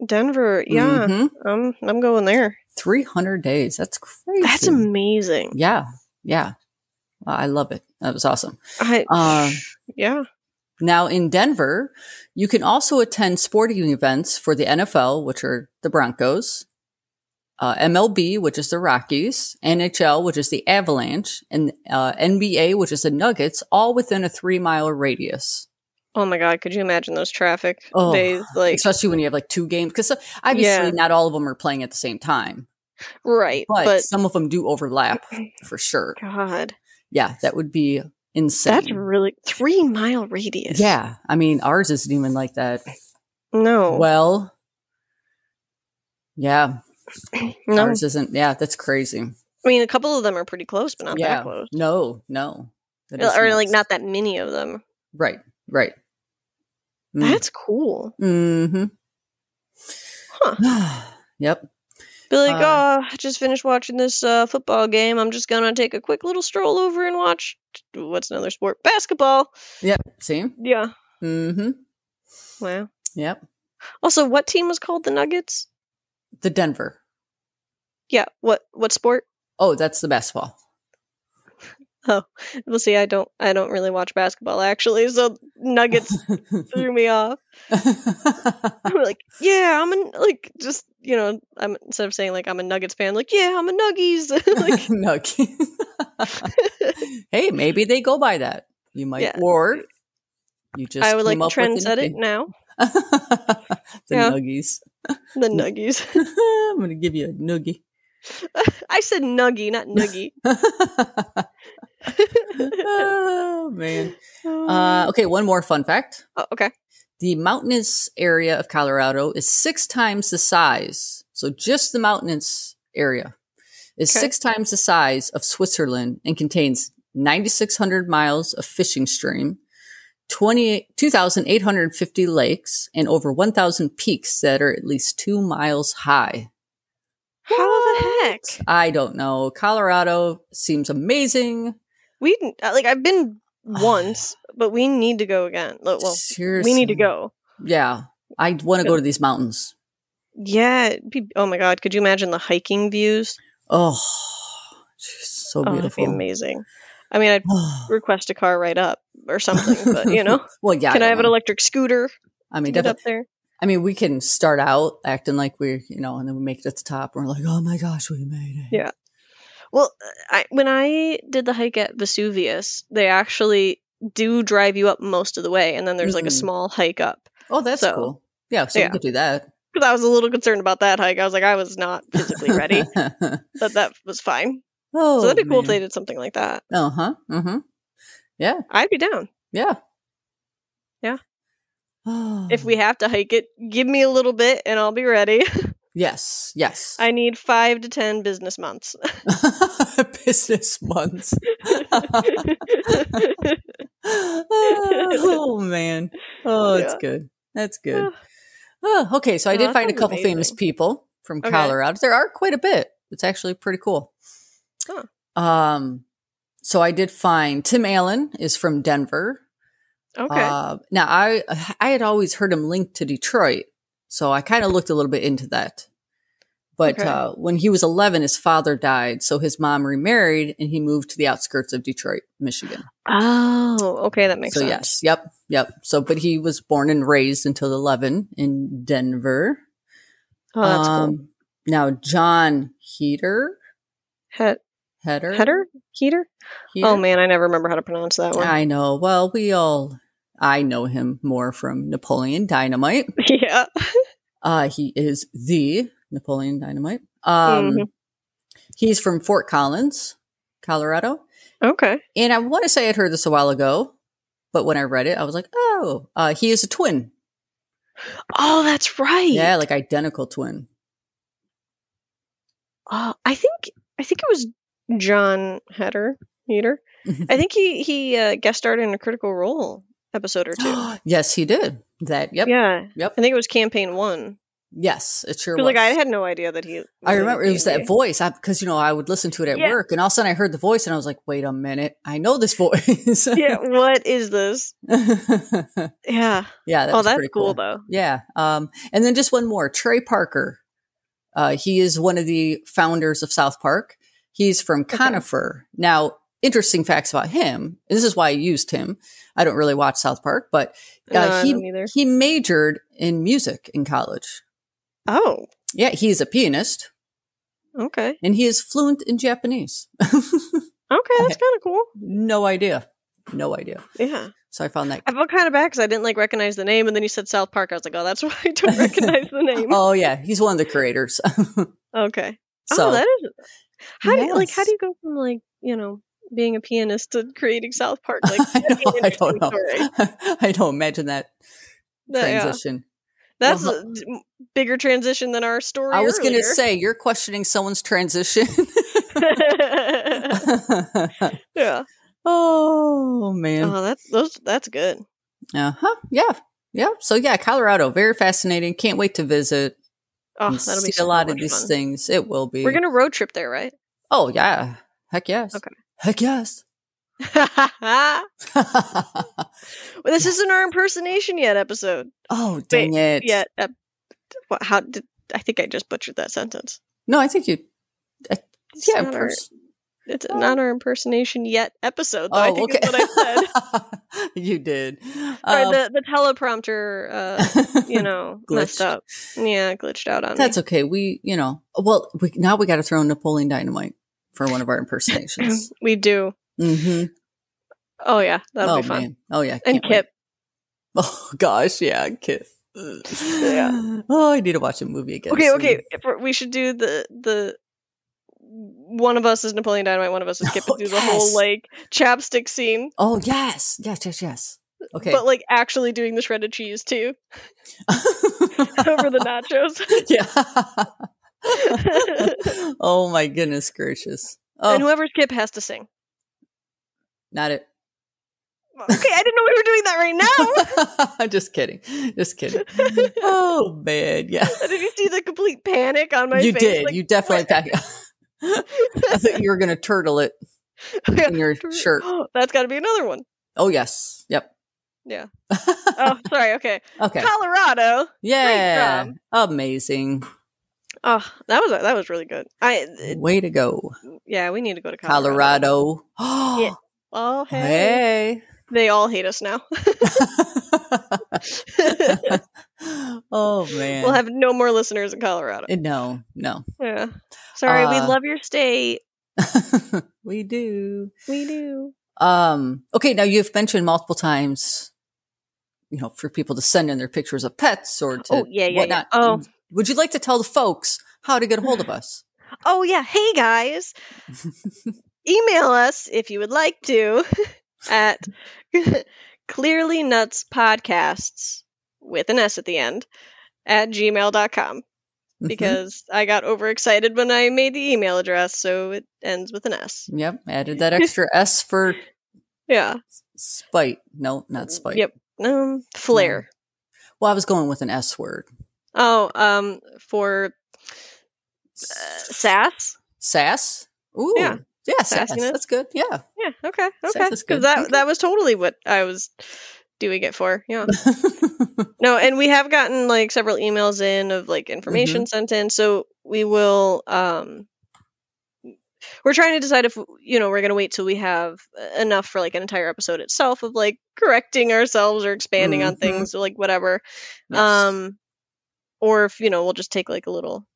Speaker 1: Denver. Yeah.
Speaker 2: Mhm.
Speaker 1: I'm I'm going there.
Speaker 2: 300 days. That's crazy.
Speaker 1: That's amazing.
Speaker 2: Yeah. Yeah. Uh, I love it. That was awesome.
Speaker 1: I,
Speaker 2: Um,
Speaker 1: yeah.
Speaker 2: Now in Denver, you can also attend sporting events for the NFL, which are the Broncos, uh, MLB, which is the Rockies, NHL, which is the Avalanche, and uh, NBA, which is the Nuggets, all within a three mile radius.
Speaker 1: Oh my god, could you imagine those traffic
Speaker 2: Oh,
Speaker 1: days? Like
Speaker 2: Especially when you have like two games, because obviously
Speaker 1: Yeah.
Speaker 2: not all of them are playing at the same time,
Speaker 1: right,
Speaker 2: but,
Speaker 1: but
Speaker 2: some of them do overlap for sure.
Speaker 1: God,
Speaker 2: Yeah, that would be insane.
Speaker 1: that's really three mile radius.
Speaker 2: yeah, I mean ours isn't even like that.
Speaker 1: no,
Speaker 2: Well, yeah,
Speaker 1: no.
Speaker 2: ours isn't. Yeah, that's crazy.
Speaker 1: I mean, a couple of them are pretty close, but not
Speaker 2: Yeah.
Speaker 1: that close.
Speaker 2: No, no, That is
Speaker 1: Or like
Speaker 2: nuts.
Speaker 1: not that many of them.
Speaker 2: right, right. Mm.
Speaker 1: That's cool.
Speaker 2: Mm-hmm. yep.
Speaker 1: Be like,
Speaker 2: Uh,
Speaker 1: oh, I just finished watching this uh, football game. I'm just gonna take a quick little stroll over and watch what's another sport? Basketball.
Speaker 2: Yep. See.
Speaker 1: Yeah.
Speaker 2: Mm-hmm.
Speaker 1: Wow.
Speaker 2: Yep.
Speaker 1: Also, what team was called the Nuggets?
Speaker 2: The Denver.
Speaker 1: Yeah. What what sport?
Speaker 2: Oh, that's the basketball.
Speaker 1: Well, see, I don't I don't really watch basketball actually, so Nuggets threw me off. I'm like, yeah, I'm a like just you know, I'm instead of saying like I'm a Nuggets fan, like yeah, I'm a Nuggies. like
Speaker 2: No. hey, maybe they go by that. You might,
Speaker 1: Yeah.
Speaker 2: or you just.
Speaker 1: I would like
Speaker 2: came
Speaker 1: to
Speaker 2: up
Speaker 1: trend
Speaker 2: with a
Speaker 1: set it
Speaker 2: nickname.
Speaker 1: now.
Speaker 2: the
Speaker 1: Yeah.
Speaker 2: nuggies.
Speaker 1: The
Speaker 2: Mm.
Speaker 1: Nuggies.
Speaker 2: I'm gonna give you a noogie.
Speaker 1: I said Nuggy, not Nuggy.
Speaker 2: oh man. Uh,
Speaker 1: Oh,
Speaker 2: okay, one more fun fact.
Speaker 1: okay.
Speaker 2: the mountainous area of Colorado is six times the size. So just the mountainous area is
Speaker 1: Okay.
Speaker 2: six times the size of Switzerland and contains 9,600 miles of fishing stream, 20 2,850 lakes, and over 1,000 peaks that are at least two miles high.
Speaker 1: How the heck?
Speaker 2: I don't know. Colorado seems amazing.
Speaker 1: We uh, like I've been once, but we need to go again. Like, Well,
Speaker 2: Seriously.
Speaker 1: we need to go.
Speaker 2: Yeah. I want to go to these mountains.
Speaker 1: Yeah. it'd Be, oh my God, could you imagine the hiking views?
Speaker 2: Oh, she's so
Speaker 1: Oh, that'd be
Speaker 2: beautiful.
Speaker 1: amazing. I mean, I'd request a car right up or something, but you know,
Speaker 2: well, yeah.
Speaker 1: can I have an
Speaker 2: don't know.
Speaker 1: electric scooter
Speaker 2: I
Speaker 1: to
Speaker 2: mean,
Speaker 1: get
Speaker 2: definitely.
Speaker 1: up there?
Speaker 2: I mean, we can start out acting like we're, you know, and then we make it at the top. And we're like, oh my gosh, we made it.
Speaker 1: Yeah. Well, uh, I, when I did the hike at Vesuvius, they actually do drive you up most of the way, and then there's like a
Speaker 2: Mhm.
Speaker 1: small hike up.
Speaker 2: Oh, that's
Speaker 1: So-
Speaker 2: cool. Yeah, so
Speaker 1: yeah.
Speaker 2: we could do that.
Speaker 1: Because I was a little concerned about that hike. I was like, I was not physically ready, but that was fine.
Speaker 2: oh,
Speaker 1: so that'd be cool if they
Speaker 2: man.
Speaker 1: did something like that.
Speaker 2: Uh huh. Uh huh. Yeah.
Speaker 1: I'd be down.
Speaker 2: Yeah.
Speaker 1: Yeah. If
Speaker 2: Oh.
Speaker 1: we have to hike it, give me a little bit and I'll be ready.
Speaker 2: Yes. Yes.
Speaker 1: I need five to ten business months.
Speaker 2: Business months. oh man. Oh, it's
Speaker 1: Yeah.
Speaker 2: good. That's good. Oh, okay, so I
Speaker 1: Oh,
Speaker 2: did
Speaker 1: that
Speaker 2: find a
Speaker 1: sounds
Speaker 2: couple famous
Speaker 1: amazing.
Speaker 2: people from
Speaker 1: Okay.
Speaker 2: Colorado. There are quite a bit. It's actually pretty cool.
Speaker 1: Huh.
Speaker 2: Um, so I did find Tim Allen is from Denver.
Speaker 1: okay.
Speaker 2: Uh, now I I had always heard him linked to Detroit, so I kind of looked a little bit into that. But
Speaker 1: Okay.
Speaker 2: uh, when he was 11, his father died, so his mom remarried, and he moved to the outskirts of Detroit, Michigan.
Speaker 1: oh, okay. That makes
Speaker 2: so
Speaker 1: sense.
Speaker 2: yes, yep, yep. So, but he was born and raised until 11 in Denver.
Speaker 1: Oh, that's cool.
Speaker 2: Um, Now, John Heater,
Speaker 1: Head,
Speaker 2: Header,
Speaker 1: header? Heater?
Speaker 2: Heater?
Speaker 1: Oh, man. I never remember how to pronounce that one.
Speaker 2: I know. Well, we all, I know him more from Napoleon Dynamite.
Speaker 1: yeah.
Speaker 2: Uh, he is the Napoleon Dynamite. Um,
Speaker 1: Mhm.
Speaker 2: He's from Fort Collins, Colorado.
Speaker 1: Okay.
Speaker 2: And I want to say I'd heard this a while ago, but when I read it, I was like, oh, uh, he is a twin.
Speaker 1: Oh, that's right.
Speaker 2: Yeah, like identical twin.
Speaker 1: Uh, I think I think it was John Header. Heater.
Speaker 2: Mm-hmm.
Speaker 1: I think he he uh, guest starred in a Critical Role episode or two.
Speaker 2: yes, he did. That, yep.
Speaker 1: Yeah.
Speaker 2: Yep.
Speaker 1: I think it was campaign one.
Speaker 2: Yes, it sure
Speaker 1: 'Cause,
Speaker 2: was.
Speaker 1: Like I had no idea that he.
Speaker 2: I remember it was that
Speaker 1: Yeah.
Speaker 2: voice because you know I would listen to it at
Speaker 1: Yeah.
Speaker 2: work, and all of a sudden I heard the voice, and I was like, "Wait a minute, I know this voice."
Speaker 1: yeah. What is this? Yeah.
Speaker 2: yeah, that
Speaker 1: oh,
Speaker 2: was
Speaker 1: that's
Speaker 2: pretty
Speaker 1: cool, though.
Speaker 2: Yeah, um, and then just one more, Trey Parker. Uh, he is one of the founders of South Park. He's from Conifer. Now, interesting facts about him. This is why I used him. I don't really watch South Park, but
Speaker 1: No,
Speaker 2: uh,
Speaker 1: I don't
Speaker 2: he
Speaker 1: either.
Speaker 2: he majored in music in college.
Speaker 1: Oh.
Speaker 2: Yeah, he's a pianist.
Speaker 1: Okay.
Speaker 2: and he is fluent in Japanese.
Speaker 1: Okay, that's kind of cool.
Speaker 2: no idea. No idea.
Speaker 1: Yeah.
Speaker 2: So I found that.
Speaker 1: I felt kind of bad because I didn't like recognize the name, and then you said South Park. I was like, oh, that's why I don't recognize the name.
Speaker 2: Oh yeah, he's one of the creators.
Speaker 1: Oh, Okay.
Speaker 2: so
Speaker 1: oh, that is. How do you, like how
Speaker 2: Yes.
Speaker 1: do you go from like you know being a pianist to creating South Park? Like
Speaker 2: I,
Speaker 1: that'd be
Speaker 2: know,
Speaker 1: an
Speaker 2: I don't
Speaker 1: interesting
Speaker 2: know.
Speaker 1: story.
Speaker 2: I don't imagine that
Speaker 1: That- yeah.
Speaker 2: transition.
Speaker 1: That's
Speaker 2: Well,
Speaker 1: a d- bigger transition than our story.
Speaker 2: I was going to
Speaker 1: earlier.
Speaker 2: say you're questioning someone's transition.
Speaker 1: yeah.
Speaker 2: oh man.
Speaker 1: Oh, that's those. That's good.
Speaker 2: Uh huh. Yeah. Yeah. So yeah, Colorado, very fascinating. Can't wait to visit.
Speaker 1: Oh,
Speaker 2: and
Speaker 1: that'll
Speaker 2: see
Speaker 1: be so
Speaker 2: a lot of
Speaker 1: much
Speaker 2: these
Speaker 1: fun.
Speaker 2: things. It will be.
Speaker 1: We're gonna road trip there, right?
Speaker 2: oh yeah. Heck yes.
Speaker 1: Okay.
Speaker 2: Heck yes.
Speaker 1: well, this isn't our impersonation yet episode.
Speaker 2: oh dang it.
Speaker 1: Yet, ep- what- how did I think I just butchered that sentence?
Speaker 2: No, I think you. I,
Speaker 1: It's
Speaker 2: yeah.
Speaker 1: not our-
Speaker 2: pers-
Speaker 1: It's
Speaker 2: Oh.
Speaker 1: not our impersonation yet episode. Though, I
Speaker 2: oh,
Speaker 1: think
Speaker 2: okay.
Speaker 1: is what I said.
Speaker 2: you did.
Speaker 1: Sorry,
Speaker 2: Um,
Speaker 1: the the teleprompter, uh, you know, messed
Speaker 2: Glitched.
Speaker 1: up. Yeah, glitched out on
Speaker 2: That's
Speaker 1: me.
Speaker 2: okay. We, you know, well, we, now we got to throw Napoleon Dynamite for one of our impersonations.
Speaker 1: we do.
Speaker 2: mm-hmm.
Speaker 1: Oh yeah, that'll
Speaker 2: Oh
Speaker 1: be fun.
Speaker 2: man. Oh yeah.
Speaker 1: And
Speaker 2: can't wait.
Speaker 1: Kip,
Speaker 2: Oh gosh. Yeah. Kip.
Speaker 1: Yeah.
Speaker 2: Oh, I need to watch a movie again.
Speaker 1: okay,
Speaker 2: soon.
Speaker 1: okay, if we're- we should do the the. One of us is Napoleon Dynamite. One of us is Kip.
Speaker 2: Oh,
Speaker 1: and do the whole
Speaker 2: yes.
Speaker 1: like chapstick scene,
Speaker 2: Oh yes, yes, yes, yes. Okay.
Speaker 1: but like actually doing the shredded cheese too
Speaker 2: Oh.
Speaker 1: over the nachos.
Speaker 2: yeah. oh my goodness gracious. Oh,
Speaker 1: And whoever's Kip has to sing.
Speaker 2: not it.
Speaker 1: Okay, I didn't know we were doing that right now.
Speaker 2: just kidding. Just kidding. oh man, yeah.
Speaker 1: Did you see the complete panic on my
Speaker 2: you
Speaker 1: face?
Speaker 2: did.
Speaker 1: Like,
Speaker 2: you definitely. packed- I thought you were going to turtle it
Speaker 1: yeah.
Speaker 2: in your shirt.
Speaker 1: That's got to be another one.
Speaker 2: Oh yes. Yep.
Speaker 1: Yeah. Oh, sorry. Okay.
Speaker 2: okay.
Speaker 1: Colorado.
Speaker 2: Yeah. Amazing.
Speaker 1: Oh, that was that was really good. I it-
Speaker 2: Way to go,
Speaker 1: yeah, we need to go to Colorado.
Speaker 2: Colorado.
Speaker 1: Oh, hey.
Speaker 2: hey.
Speaker 1: They all hate us now.
Speaker 2: oh man. Eh,
Speaker 1: we'll have no more listeners in Colorado.
Speaker 2: no, no.
Speaker 1: Yeah. Sorry, we
Speaker 2: Uh,
Speaker 1: love your state.
Speaker 2: we do.
Speaker 1: We do.
Speaker 2: Um, okay, now you've mentioned multiple times, you know, for people to send in their pictures of pets or to
Speaker 1: Oh, yeah, yeah, yeah.
Speaker 2: whatnot.
Speaker 1: Oh.
Speaker 2: Would you like to tell the folks how to get a hold of us?
Speaker 1: Oh yeah. Hey guys. Email us if you would like to at clearly nuts podcasts with an S at the end at gmail.com
Speaker 2: Mm-hmm.
Speaker 1: because I got overexcited when I made the email address, so it ends with an S.
Speaker 2: Mhm. Yep, added that extra S for
Speaker 1: Yeah.
Speaker 2: spite. No, not spite.
Speaker 1: Mm, Yep. Um flair.
Speaker 2: Well, I was going with an S word.
Speaker 1: Oh, um for
Speaker 2: S-
Speaker 1: uh, sass?
Speaker 2: sass. Ooh.
Speaker 1: Yeah.
Speaker 2: Yeah, sass.
Speaker 1: Sassiness.
Speaker 2: That's good. Yeah.
Speaker 1: Yeah, okay.
Speaker 2: Sass
Speaker 1: Okay.
Speaker 2: is
Speaker 1: Cuz
Speaker 2: good.
Speaker 1: that
Speaker 2: Okay.
Speaker 1: that was totally what I was doing it for. Yeah. No, and we have gotten like several emails in of like information
Speaker 2: Mm-hmm.
Speaker 1: sent in, so we will um we're trying to decide if you know we're going to wait till we have enough for like an entire episode itself of like correcting ourselves or expanding on
Speaker 2: Mhm.
Speaker 1: things or like whatever
Speaker 2: Yes.
Speaker 1: um or if you know we'll just take like a little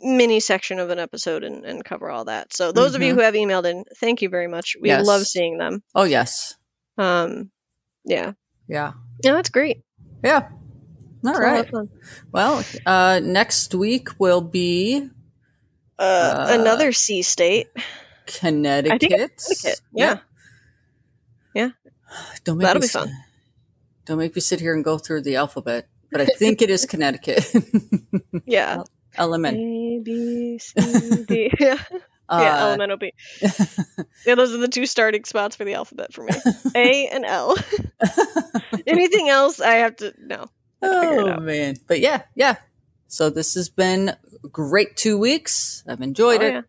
Speaker 1: mini section of an episode and, and cover all that so those of you
Speaker 2: Mhm.
Speaker 1: who have emailed in thank you very much we
Speaker 2: Yes.
Speaker 1: love seeing them
Speaker 2: oh, yes.
Speaker 1: um yeah
Speaker 2: Yeah.
Speaker 1: no that's great
Speaker 2: Yeah. All
Speaker 1: It's
Speaker 2: right.
Speaker 1: lot of fun.
Speaker 2: Well, uh, next week will be
Speaker 1: uh,
Speaker 2: Uh,
Speaker 1: another c state
Speaker 2: Connecticut.
Speaker 1: Connecticut, yeah. Yeah.
Speaker 2: Don't
Speaker 1: That'll
Speaker 2: me
Speaker 1: be fun.
Speaker 2: sit- Don't make me sit here and go through the alphabet, but I think it is Connecticut.
Speaker 1: yeah
Speaker 2: Element.
Speaker 1: A B C D. yeah, yeah,
Speaker 2: Uh,
Speaker 1: elemental B. Yeah, those are the two starting spots for the alphabet for me. A and L. Anything else, I have to no. figure it
Speaker 2: oh
Speaker 1: out.
Speaker 2: man, but yeah, yeah. So this has been a great two weeks. I've enjoyed
Speaker 1: oh,
Speaker 2: it.
Speaker 1: yeah.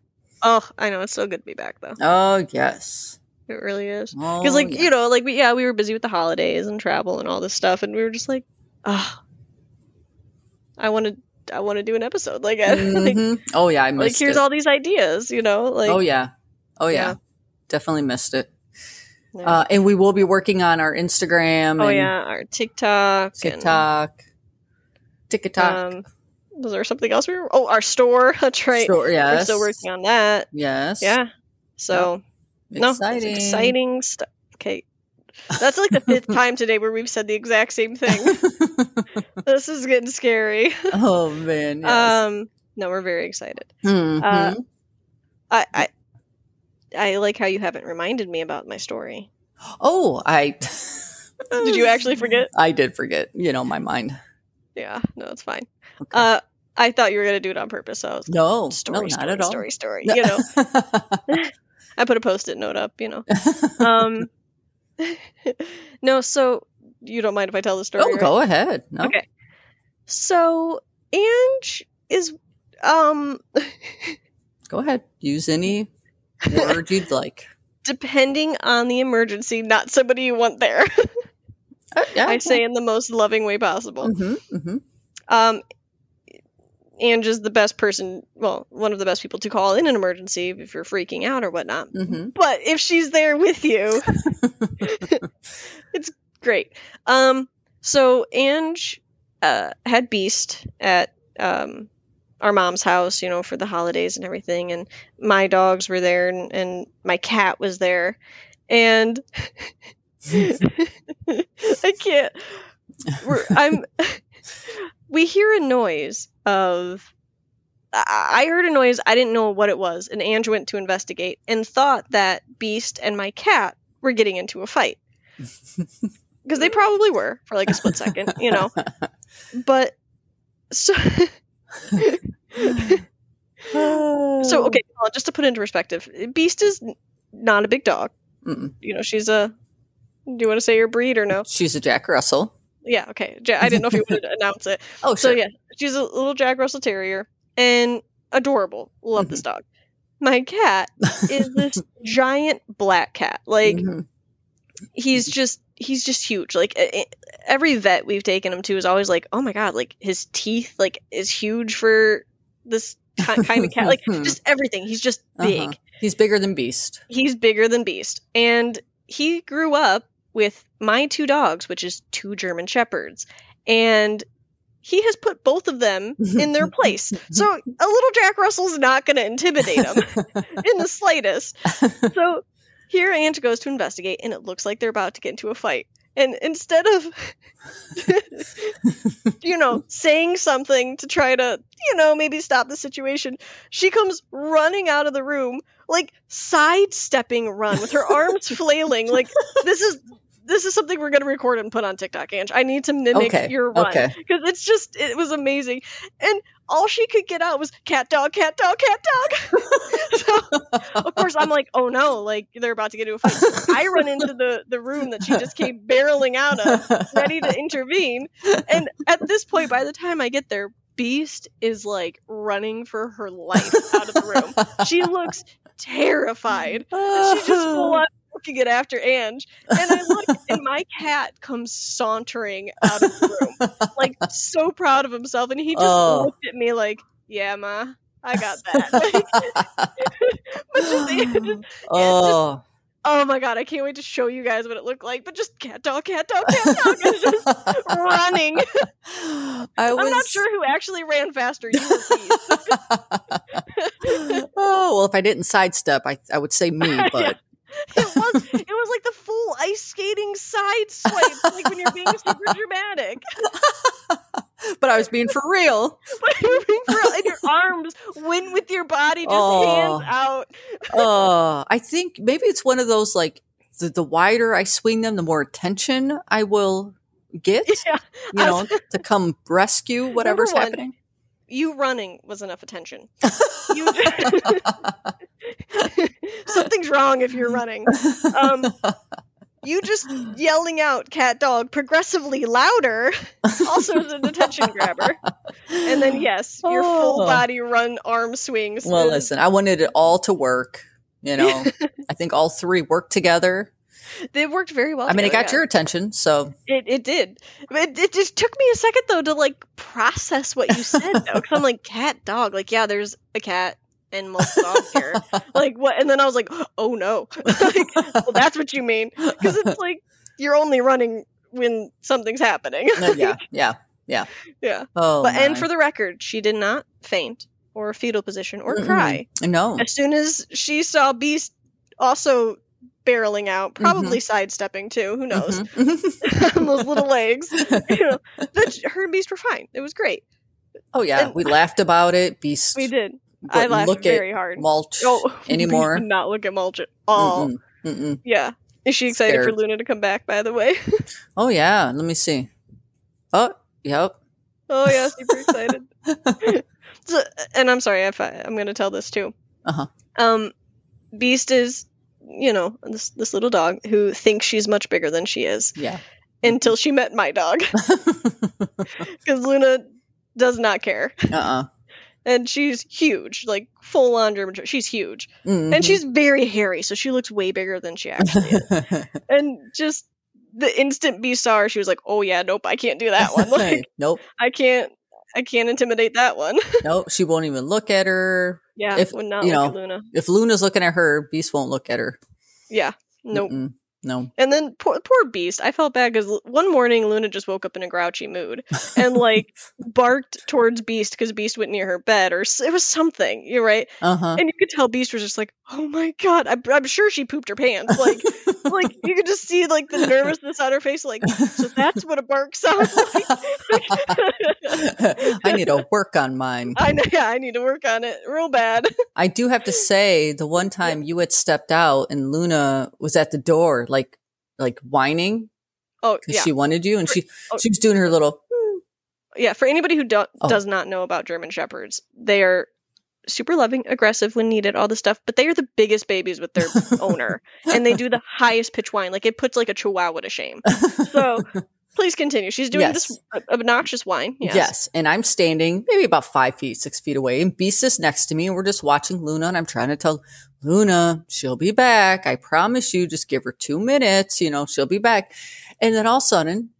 Speaker 1: Oh, I know it's so good to be back though.
Speaker 2: Oh yes,
Speaker 1: It really is.
Speaker 2: oh,
Speaker 1: Because like
Speaker 2: yeah.
Speaker 1: you know, like we, yeah, we were busy with the holidays and travel and all this stuff, and we were just like, ah, I want to, I want to do an episode. Like, I, like,
Speaker 2: Mhm. oh yeah, I
Speaker 1: like
Speaker 2: missed
Speaker 1: here's
Speaker 2: it.
Speaker 1: all these ideas, you know. Like,
Speaker 2: oh yeah, oh yeah.
Speaker 1: Yeah.
Speaker 2: Definitely missed it.
Speaker 1: yeah.
Speaker 2: Uh, and we will be working on our Instagram.
Speaker 1: oh
Speaker 2: and
Speaker 1: yeah, our TikTok, and,
Speaker 2: TikTok, TikTok.
Speaker 1: um, was there something else we were? Oh, our store. That's right.
Speaker 2: Sure,
Speaker 1: We're
Speaker 2: yes.
Speaker 1: still working on that.
Speaker 2: Yes.
Speaker 1: Yeah. So no, it's
Speaker 2: Exciting.
Speaker 1: exciting stuff. Okay. That's like the fifth time today where we've said the exact same thing. this is getting scary.
Speaker 2: oh man. Yes.
Speaker 1: Um, no, we're very excited.
Speaker 2: Mhm.
Speaker 1: uh, I, I, I like how you haven't reminded me about my story.
Speaker 2: oh, I.
Speaker 1: Did you actually forget?
Speaker 2: I did forget. You know my mind.
Speaker 1: Yeah, no, it's fine.
Speaker 2: Okay.
Speaker 1: Uh, I thought you were gonna do it on purpose, so I was like,
Speaker 2: no,
Speaker 1: story,
Speaker 2: no, not
Speaker 1: story,
Speaker 2: at all.
Speaker 1: story, story.
Speaker 2: No.
Speaker 1: You know, I put a post-it note up. You know, um, no. So you don't mind if I tell the story?
Speaker 2: oh,
Speaker 1: right?
Speaker 2: go ahead. No.
Speaker 1: Okay. So Ange is, um,
Speaker 2: Go ahead. Use any word you'd like.
Speaker 1: depending on the emergency, not somebody you want there.
Speaker 2: Uh, yeah,
Speaker 1: I say in the most loving way possible.
Speaker 2: Mhm, mhm.
Speaker 1: Um, Ange is the best person, well, one of the best people to call in an emergency if you're freaking out or whatnot.
Speaker 2: Mhm.
Speaker 1: But if she's there with you, it's great. Um, so Ange uh, had Beast at um, our mom's house, you know, for the holidays and everything. And my dogs were there, and, and my cat was there. And I can't. We're, I'm. we hear a noise of. I I heard a noise. I didn't know what it was, and Ange went to investigate and thought that Beast and my cat were getting into a fight because they probably were for like a split second, you know. But so
Speaker 2: mm-hmm. Uh, Oh.
Speaker 1: so okay, well, just to put into perspective, Beast is n- not a big dog.
Speaker 2: Mm-mm.
Speaker 1: You know, she's a. Do you want to say your breed or no?
Speaker 2: She's a Jack Russell.
Speaker 1: Yeah, okay. Ja- I didn't know if you wanted to announce it.
Speaker 2: Oh,
Speaker 1: So
Speaker 2: sure.
Speaker 1: yeah, she's a little Jack Russell Terrier and adorable. Love this dog. My cat is this giant black cat. Like
Speaker 2: Mhm.
Speaker 1: he's just he's just huge. Like e- e- every vet we've taken him to is always like, "Oh my god, like his teeth like is huge for this ki- kind of cat." Like just everything. He's just big.
Speaker 2: Uh-huh. He's bigger than Beast.
Speaker 1: He's bigger than Beast. And he grew up with my two dogs, which is two German Shepherds. And he has put both of them in their place. So a little Jack Russell's not going to intimidate him in the slightest. So here Ange goes to investigate, and it looks like they're about to get into a fight. And instead of, you know, saying something to try to, you know, maybe stop the situation, she comes running out of the room, like sidestepping run with her arms flailing. Like this is this is something we're gonna record and put on TikTok, Ange. I need to mimic
Speaker 2: okay.
Speaker 1: your run
Speaker 2: Okay.
Speaker 1: because it's just it was amazing and all she could get out was cat dog cat dog cat dog so of course i'm like oh no like they're about to get into a fight i run into the the room that she just came barreling out of ready to intervene and at this point by the time i get there beast is like running for her life out of the room she looks terrified and she just full on looking it after Ange. And I look, and my cat comes sauntering out of the room, like so proud of himself. And he just
Speaker 2: Oh.
Speaker 1: looked at me like, "Yeah, ma, I got that." Like, but just, Ange-
Speaker 2: oh.
Speaker 1: oh my god, I can't wait to show you guys what it looked like. But just cat dog, cat dog, cat dog, and just running.
Speaker 2: I was
Speaker 1: I'm not sure who actually ran faster. You or Keith.
Speaker 2: oh well, if I didn't sidestep, I I would say me, but
Speaker 1: It was it was like the full ice skating side swipe, like when you're being super dramatic.
Speaker 2: but I was being for real.
Speaker 1: But you're being for- and your arms went with your body, just
Speaker 2: Oh.
Speaker 1: hands out.
Speaker 2: Oh, I think maybe it's one of those like the, the wider I swing them, the more attention I will get.
Speaker 1: Yeah.
Speaker 2: you
Speaker 1: I
Speaker 2: know, to come rescue whatever's
Speaker 1: one,
Speaker 2: happening.
Speaker 1: You running was enough attention. You Something's wrong if you're running. Um, you just yelling out cat dog progressively louder also is an attention grabber. And then, yes, your full
Speaker 2: Oh.
Speaker 1: body run arm swings.
Speaker 2: well,
Speaker 1: is-
Speaker 2: listen, I wanted it all to work. You know, I think all three worked together.
Speaker 1: They worked very well.
Speaker 2: I mean, it
Speaker 1: together,
Speaker 2: got
Speaker 1: Oh, yeah.
Speaker 2: your attention, so
Speaker 1: It, it did. But It, it just took me a second, though, to like process what you said, though. Because I'm like, cat, dog. Like, yeah, there's a cat and multiple dogs here. like, what? And then I was like, oh no. like, well, that's what you mean. Because it's like you're only running when something's happening.
Speaker 2: yeah, yeah. Yeah.
Speaker 1: Yeah.
Speaker 2: Oh,
Speaker 1: but and
Speaker 2: my.
Speaker 1: for the record, she did not faint or fetal position or cry.
Speaker 2: no,
Speaker 1: As soon as she saw Beast also barreling out,
Speaker 2: Mm-hmm.
Speaker 1: probably sidestepping too, who knows,
Speaker 2: Mhm.
Speaker 1: on those little legs,
Speaker 2: Mm-hmm.
Speaker 1: you know, the, her and Beast were fine. It was great.
Speaker 2: oh yeah,
Speaker 1: And-
Speaker 2: we laughed about it. Beast,
Speaker 1: We did. I
Speaker 2: wouldn't
Speaker 1: laughed
Speaker 2: look
Speaker 1: very
Speaker 2: at
Speaker 1: hard.
Speaker 2: mulch
Speaker 1: Oh, we
Speaker 2: anymore.
Speaker 1: did not look at Mulch at all.
Speaker 2: Mm-mm, mm-mm.
Speaker 1: Yeah. Is she excited for
Speaker 2: Scared.
Speaker 1: Luna to come back, by the way?
Speaker 2: Oh yeah, let me see. Oh, yep.
Speaker 1: oh, yeah, super excited. so, and I'm sorry, if I, I'm going to tell this too.
Speaker 2: Uh-huh.
Speaker 1: Um, Beast is, you know, this, this little dog who thinks she's much bigger than she is
Speaker 2: Yeah.
Speaker 1: until she met my dog because Luna does not care.
Speaker 2: uh-uh.
Speaker 1: And she's huge, like full on German. Shepherd. She's huge.
Speaker 2: Mhm.
Speaker 1: And she's very hairy, so she looks way bigger than she actually is. and just the instant B star, she was like, "Oh yeah, nope, I can't do that one. Like,
Speaker 2: nope,
Speaker 1: I can't, I can't intimidate that one."
Speaker 2: nope. She won't even look at her.
Speaker 1: Yeah,
Speaker 2: If-
Speaker 1: would not
Speaker 2: you
Speaker 1: look
Speaker 2: know.
Speaker 1: at Luna.
Speaker 2: If Luna's looking at her, Beast won't look at her.
Speaker 1: Yeah, nope.
Speaker 2: Mm-mm. No.
Speaker 1: And then poor, poor Beast, I felt bad because one morning Luna just woke up in a grouchy mood and like barked towards Beast because Beast went near her bed or s- it was something. You're right,
Speaker 2: Uh huh.
Speaker 1: and you could tell Beast was just like, "Oh my god," I'm, I'm sure she pooped her pants. Like, like you could just see like the nervousness on her face. Like, so that's what a bark sounds like.
Speaker 2: I need to work on mine.
Speaker 1: I know. Yeah, I need to work on it real bad.
Speaker 2: I do have to
Speaker 1: Hmm.
Speaker 2: say, the one time you had stepped out and Luna was at the door, like, like whining
Speaker 1: Oh
Speaker 2: because
Speaker 1: yeah,
Speaker 2: she wanted you, and she
Speaker 1: Oh.
Speaker 2: she was doing her little.
Speaker 1: yeah. For anybody who do-
Speaker 2: Oh.
Speaker 1: does not know about German shepherds, they are super loving, aggressive when needed, all this stuff. But they are the biggest babies with their owner, and they do the highest pitch whine. Like it puts like a chihuahua to shame. So please continue. She's doing
Speaker 2: Yes.
Speaker 1: this ob- obnoxious whine. Yes.
Speaker 2: Yes. And I'm standing maybe about five feet, six feet away, and Beast is next to me, and we're just watching Luna, and I'm trying to tell Luna, she'll be back. I promise you, just give her two minutes, you know, she'll be back. And then all of a sudden,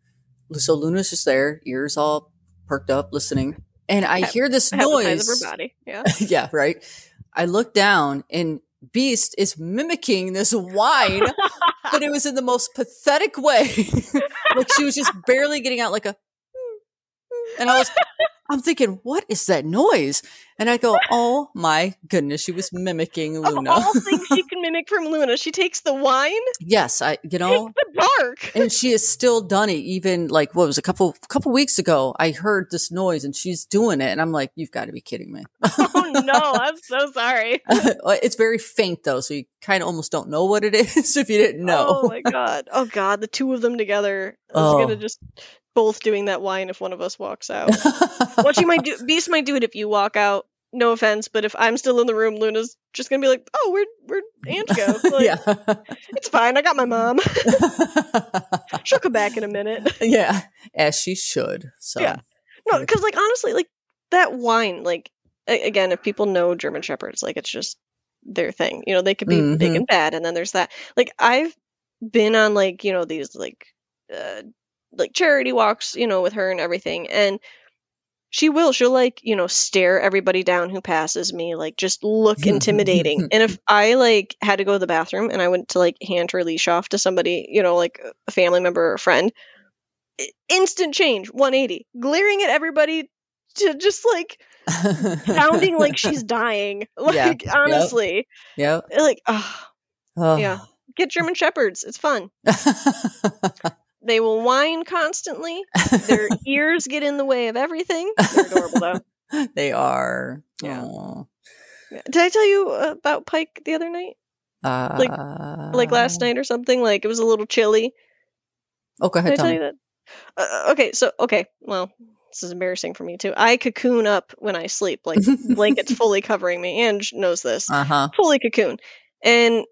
Speaker 2: so Luna's just there, ears all perked up, listening. And I
Speaker 1: Half-
Speaker 2: hear this
Speaker 1: Half the size
Speaker 2: noise.
Speaker 1: of her body. Yeah.
Speaker 2: yeah, right. I look down and Beast is mimicking this whine, but it was in the most pathetic way. like she was just barely getting out, like a, and I was, I'm thinking, what is that noise? And I go, oh my goodness, she was mimicking Luna.
Speaker 1: Of all things she can mimic from Luna, she takes the whine,
Speaker 2: yes, I, you know,
Speaker 1: the bark.
Speaker 2: and she has still done it. Even like what was a couple couple weeks ago, I heard this noise and she's doing it, and I'm like, you've got to be kidding me.
Speaker 1: Oh no, I'm so sorry.
Speaker 2: it's very faint though, so you kind of almost don't know what it is if you didn't know.
Speaker 1: Oh my god. Oh god, the two of them together. is
Speaker 2: Oh.
Speaker 1: gonna just both doing that wine if one of us walks out. well, she might do. Beast might do it if you walk out. No offense, but if I'm still in the room, Luna's just gonna be like, "Oh, where where'd Aunt go? Like, It's fine. I got my mom.
Speaker 2: yeah,
Speaker 1: She'll come back in a minute."
Speaker 2: yeah, as she should. So
Speaker 1: Yeah. No, because like honestly, like that wine. Like a- again, if people know German shepherds, like it's just their thing. You know, they could be big
Speaker 2: Mhm.
Speaker 1: and bad, and then there's that. Like I've been on like you know these like uh like charity walks, you know, with her and everything, and she will she'll like you know stare everybody down who passes me like just look intimidating and if i like had to go to the bathroom and i went to like hand her leash off to somebody you know like a family member or a friend i- instant change 180 glaring at everybody to just like sounding like she's dying
Speaker 2: Yeah.
Speaker 1: like honestly
Speaker 2: yeah,
Speaker 1: like ah,
Speaker 2: Oh.
Speaker 1: Yeah. get german shepherds it's fun they will whine constantly their ears get in the way of everything they're adorable though
Speaker 2: they are.
Speaker 1: Yeah.
Speaker 2: Aw.
Speaker 1: Yeah. Did I tell you about Pike the other night? Like- Like last
Speaker 2: Um,
Speaker 1: night or something? Like it was a little chilly.
Speaker 2: Uh, Oh, go
Speaker 1: Did I,
Speaker 2: ahead,
Speaker 1: tell
Speaker 2: Tommy.
Speaker 1: you that? Uh, okay, so okay, well, this is embarrassing for me too. I cocoon up when I sleep, like blankets fully covering me. Ange knows this.
Speaker 2: Uh huh.
Speaker 1: fully cocoon. And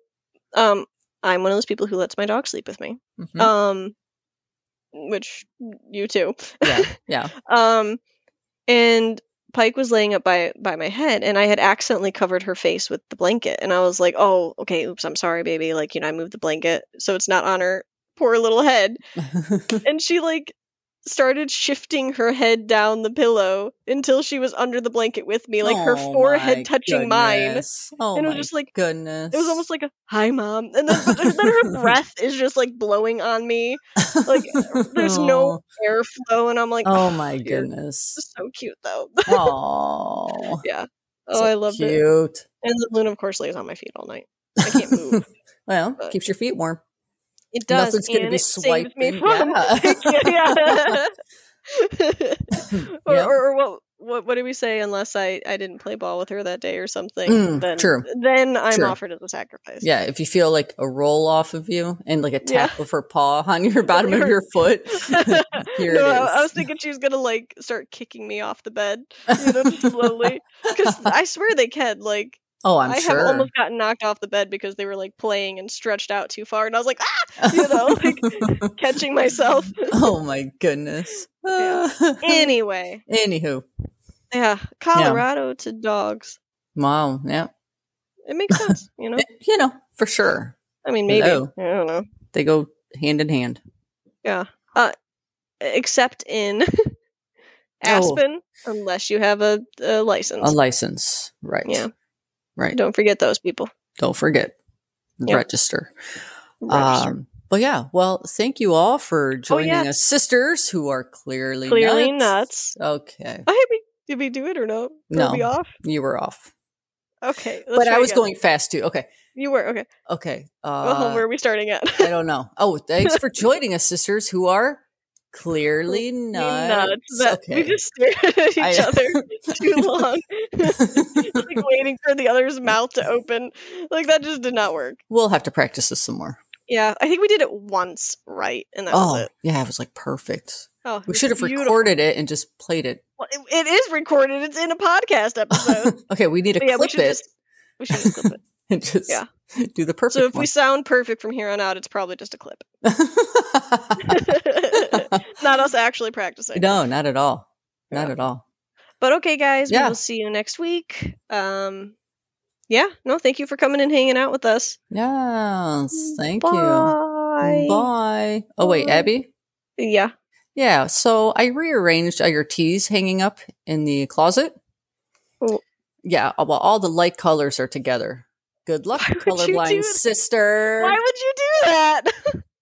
Speaker 1: um I'm one of those people who lets my dog sleep with me.
Speaker 2: Mm-hmm.
Speaker 1: Um which you too.
Speaker 2: yeah, yeah.
Speaker 1: Um, and Pike was laying up by by my head, and I had accidentally covered her face with the blanket, and I was like, "Oh, okay, oops, I'm sorry, baby." Uh, Like, you know, I moved the blanket, so it's not on her poor little head. And she like started shifting her head down the pillow until she was under the blanket with me, like her
Speaker 2: Oh, my
Speaker 1: forehead touching
Speaker 2: goodness. Oh
Speaker 1: And it
Speaker 2: my
Speaker 1: was just like-
Speaker 2: goodness.
Speaker 1: mine. It was almost like a hi, mom, and then, but then her breath is just like blowing on me, like, there's no- airflow, and I'm like,
Speaker 2: Oh my
Speaker 1: dear.
Speaker 2: goodness.
Speaker 1: It's so cute though.
Speaker 2: Oh.
Speaker 1: yeah. Oh, I loved it.
Speaker 2: cute.
Speaker 1: And then Luna, of course, lays on my feet all night. I can't move.
Speaker 2: well,
Speaker 1: But-
Speaker 2: keeps your feet warm.
Speaker 1: It does.
Speaker 2: Nothing's gonna
Speaker 1: and
Speaker 2: be
Speaker 1: it saves me from.
Speaker 2: swiping. Yeah.
Speaker 1: Yeah. or,
Speaker 2: Yep.
Speaker 1: or, or what, what? What did we say? Unless I, I didn't play ball with her that day or something.
Speaker 2: Mm,
Speaker 1: then
Speaker 2: true.
Speaker 1: Then I'm
Speaker 2: True.
Speaker 1: offered as a sacrifice.
Speaker 2: Yeah, if you feel like a roll off of you and like a
Speaker 1: Yeah.
Speaker 2: tap of her paw on your bottom of your foot, here
Speaker 1: no,
Speaker 2: it
Speaker 1: I, I was
Speaker 2: is.
Speaker 1: thinking she was gonna like start kicking me off the bed, you know, slowly. Because I swear they can. Like
Speaker 2: oh, I'm
Speaker 1: I
Speaker 2: sure.
Speaker 1: have almost gotten knocked off the bed because they were like playing and stretched out too far, and I was like, ah, you know, like catching myself.
Speaker 2: oh my goodness.
Speaker 1: Yeah. Anyway,
Speaker 2: Anywho,
Speaker 1: yeah, Colorado to dogs.
Speaker 2: wow. Yeah, Eh,
Speaker 1: It makes sense, you know.
Speaker 2: you know for sure
Speaker 1: I mean, maybe
Speaker 2: Hello.
Speaker 1: I don't know.
Speaker 2: they go hand in hand.
Speaker 1: Except in
Speaker 2: Oh.
Speaker 1: Aspen, unless you have a, a license.
Speaker 2: A license, right?
Speaker 1: Yeah.
Speaker 2: right.
Speaker 1: Don't forget those people.
Speaker 2: Don't forget
Speaker 1: Yeah.
Speaker 2: register.
Speaker 1: Register.
Speaker 2: Um, but yeah, well, thank you all for joining
Speaker 1: Oh, yeah.
Speaker 2: us, sisters who are clearly
Speaker 1: Clearly nuts.
Speaker 2: Okay,
Speaker 1: I mean, did we do it or no?
Speaker 2: No.
Speaker 1: Were we off?
Speaker 2: you were off,
Speaker 1: Okay. let's
Speaker 2: but I
Speaker 1: try
Speaker 2: was
Speaker 1: again.
Speaker 2: going fast too. Okay,
Speaker 1: You were okay.
Speaker 2: okay.
Speaker 1: well,
Speaker 2: Uh,
Speaker 1: where are we starting at?
Speaker 2: I don't know. Oh, thanks for joining us, sisters who are clearly nuts.
Speaker 1: nuts. That-
Speaker 2: okay.
Speaker 1: We just stared at each
Speaker 2: I-
Speaker 1: other too long, like waiting for the other's mouth to open. Like that just did not work.
Speaker 2: we'll have to practice this some more.
Speaker 1: Yeah, I think we did it once right, and that was
Speaker 2: Oh,
Speaker 1: it.
Speaker 2: yeah, it was like perfect.
Speaker 1: Oh,
Speaker 2: We
Speaker 1: it's
Speaker 2: should have
Speaker 1: beautiful.
Speaker 2: recorded it and just played it.
Speaker 1: Well, it- it is recorded. It's in a podcast episode.
Speaker 2: okay, we need to
Speaker 1: But yeah, we
Speaker 2: clip
Speaker 1: should
Speaker 2: it
Speaker 1: just we should just clip it.
Speaker 2: and just
Speaker 1: yeah.
Speaker 2: do the perfect
Speaker 1: So if
Speaker 2: one.
Speaker 1: we sound perfect from here on out, it's probably just a clip. Not us actually practicing.
Speaker 2: no, not at all. Not
Speaker 1: Yeah.
Speaker 2: at all.
Speaker 1: But okay, guys,
Speaker 2: Yeah.
Speaker 1: we will see you next week. Um, yeah, no, thank you for coming and hanging out with us.
Speaker 2: Yes, thank
Speaker 1: Bye.
Speaker 2: you. Bye. Oh wait,
Speaker 1: Bye.
Speaker 2: Abby.
Speaker 1: Yeah.
Speaker 2: Yeah, so I rearranged all your teas hanging up in the closet.
Speaker 1: Oh.
Speaker 2: Yeah, uh, well, all the light colors are together. Good luck,
Speaker 1: Why would you do
Speaker 2: colorblind
Speaker 1: that?
Speaker 2: sister.
Speaker 1: Why would you do that?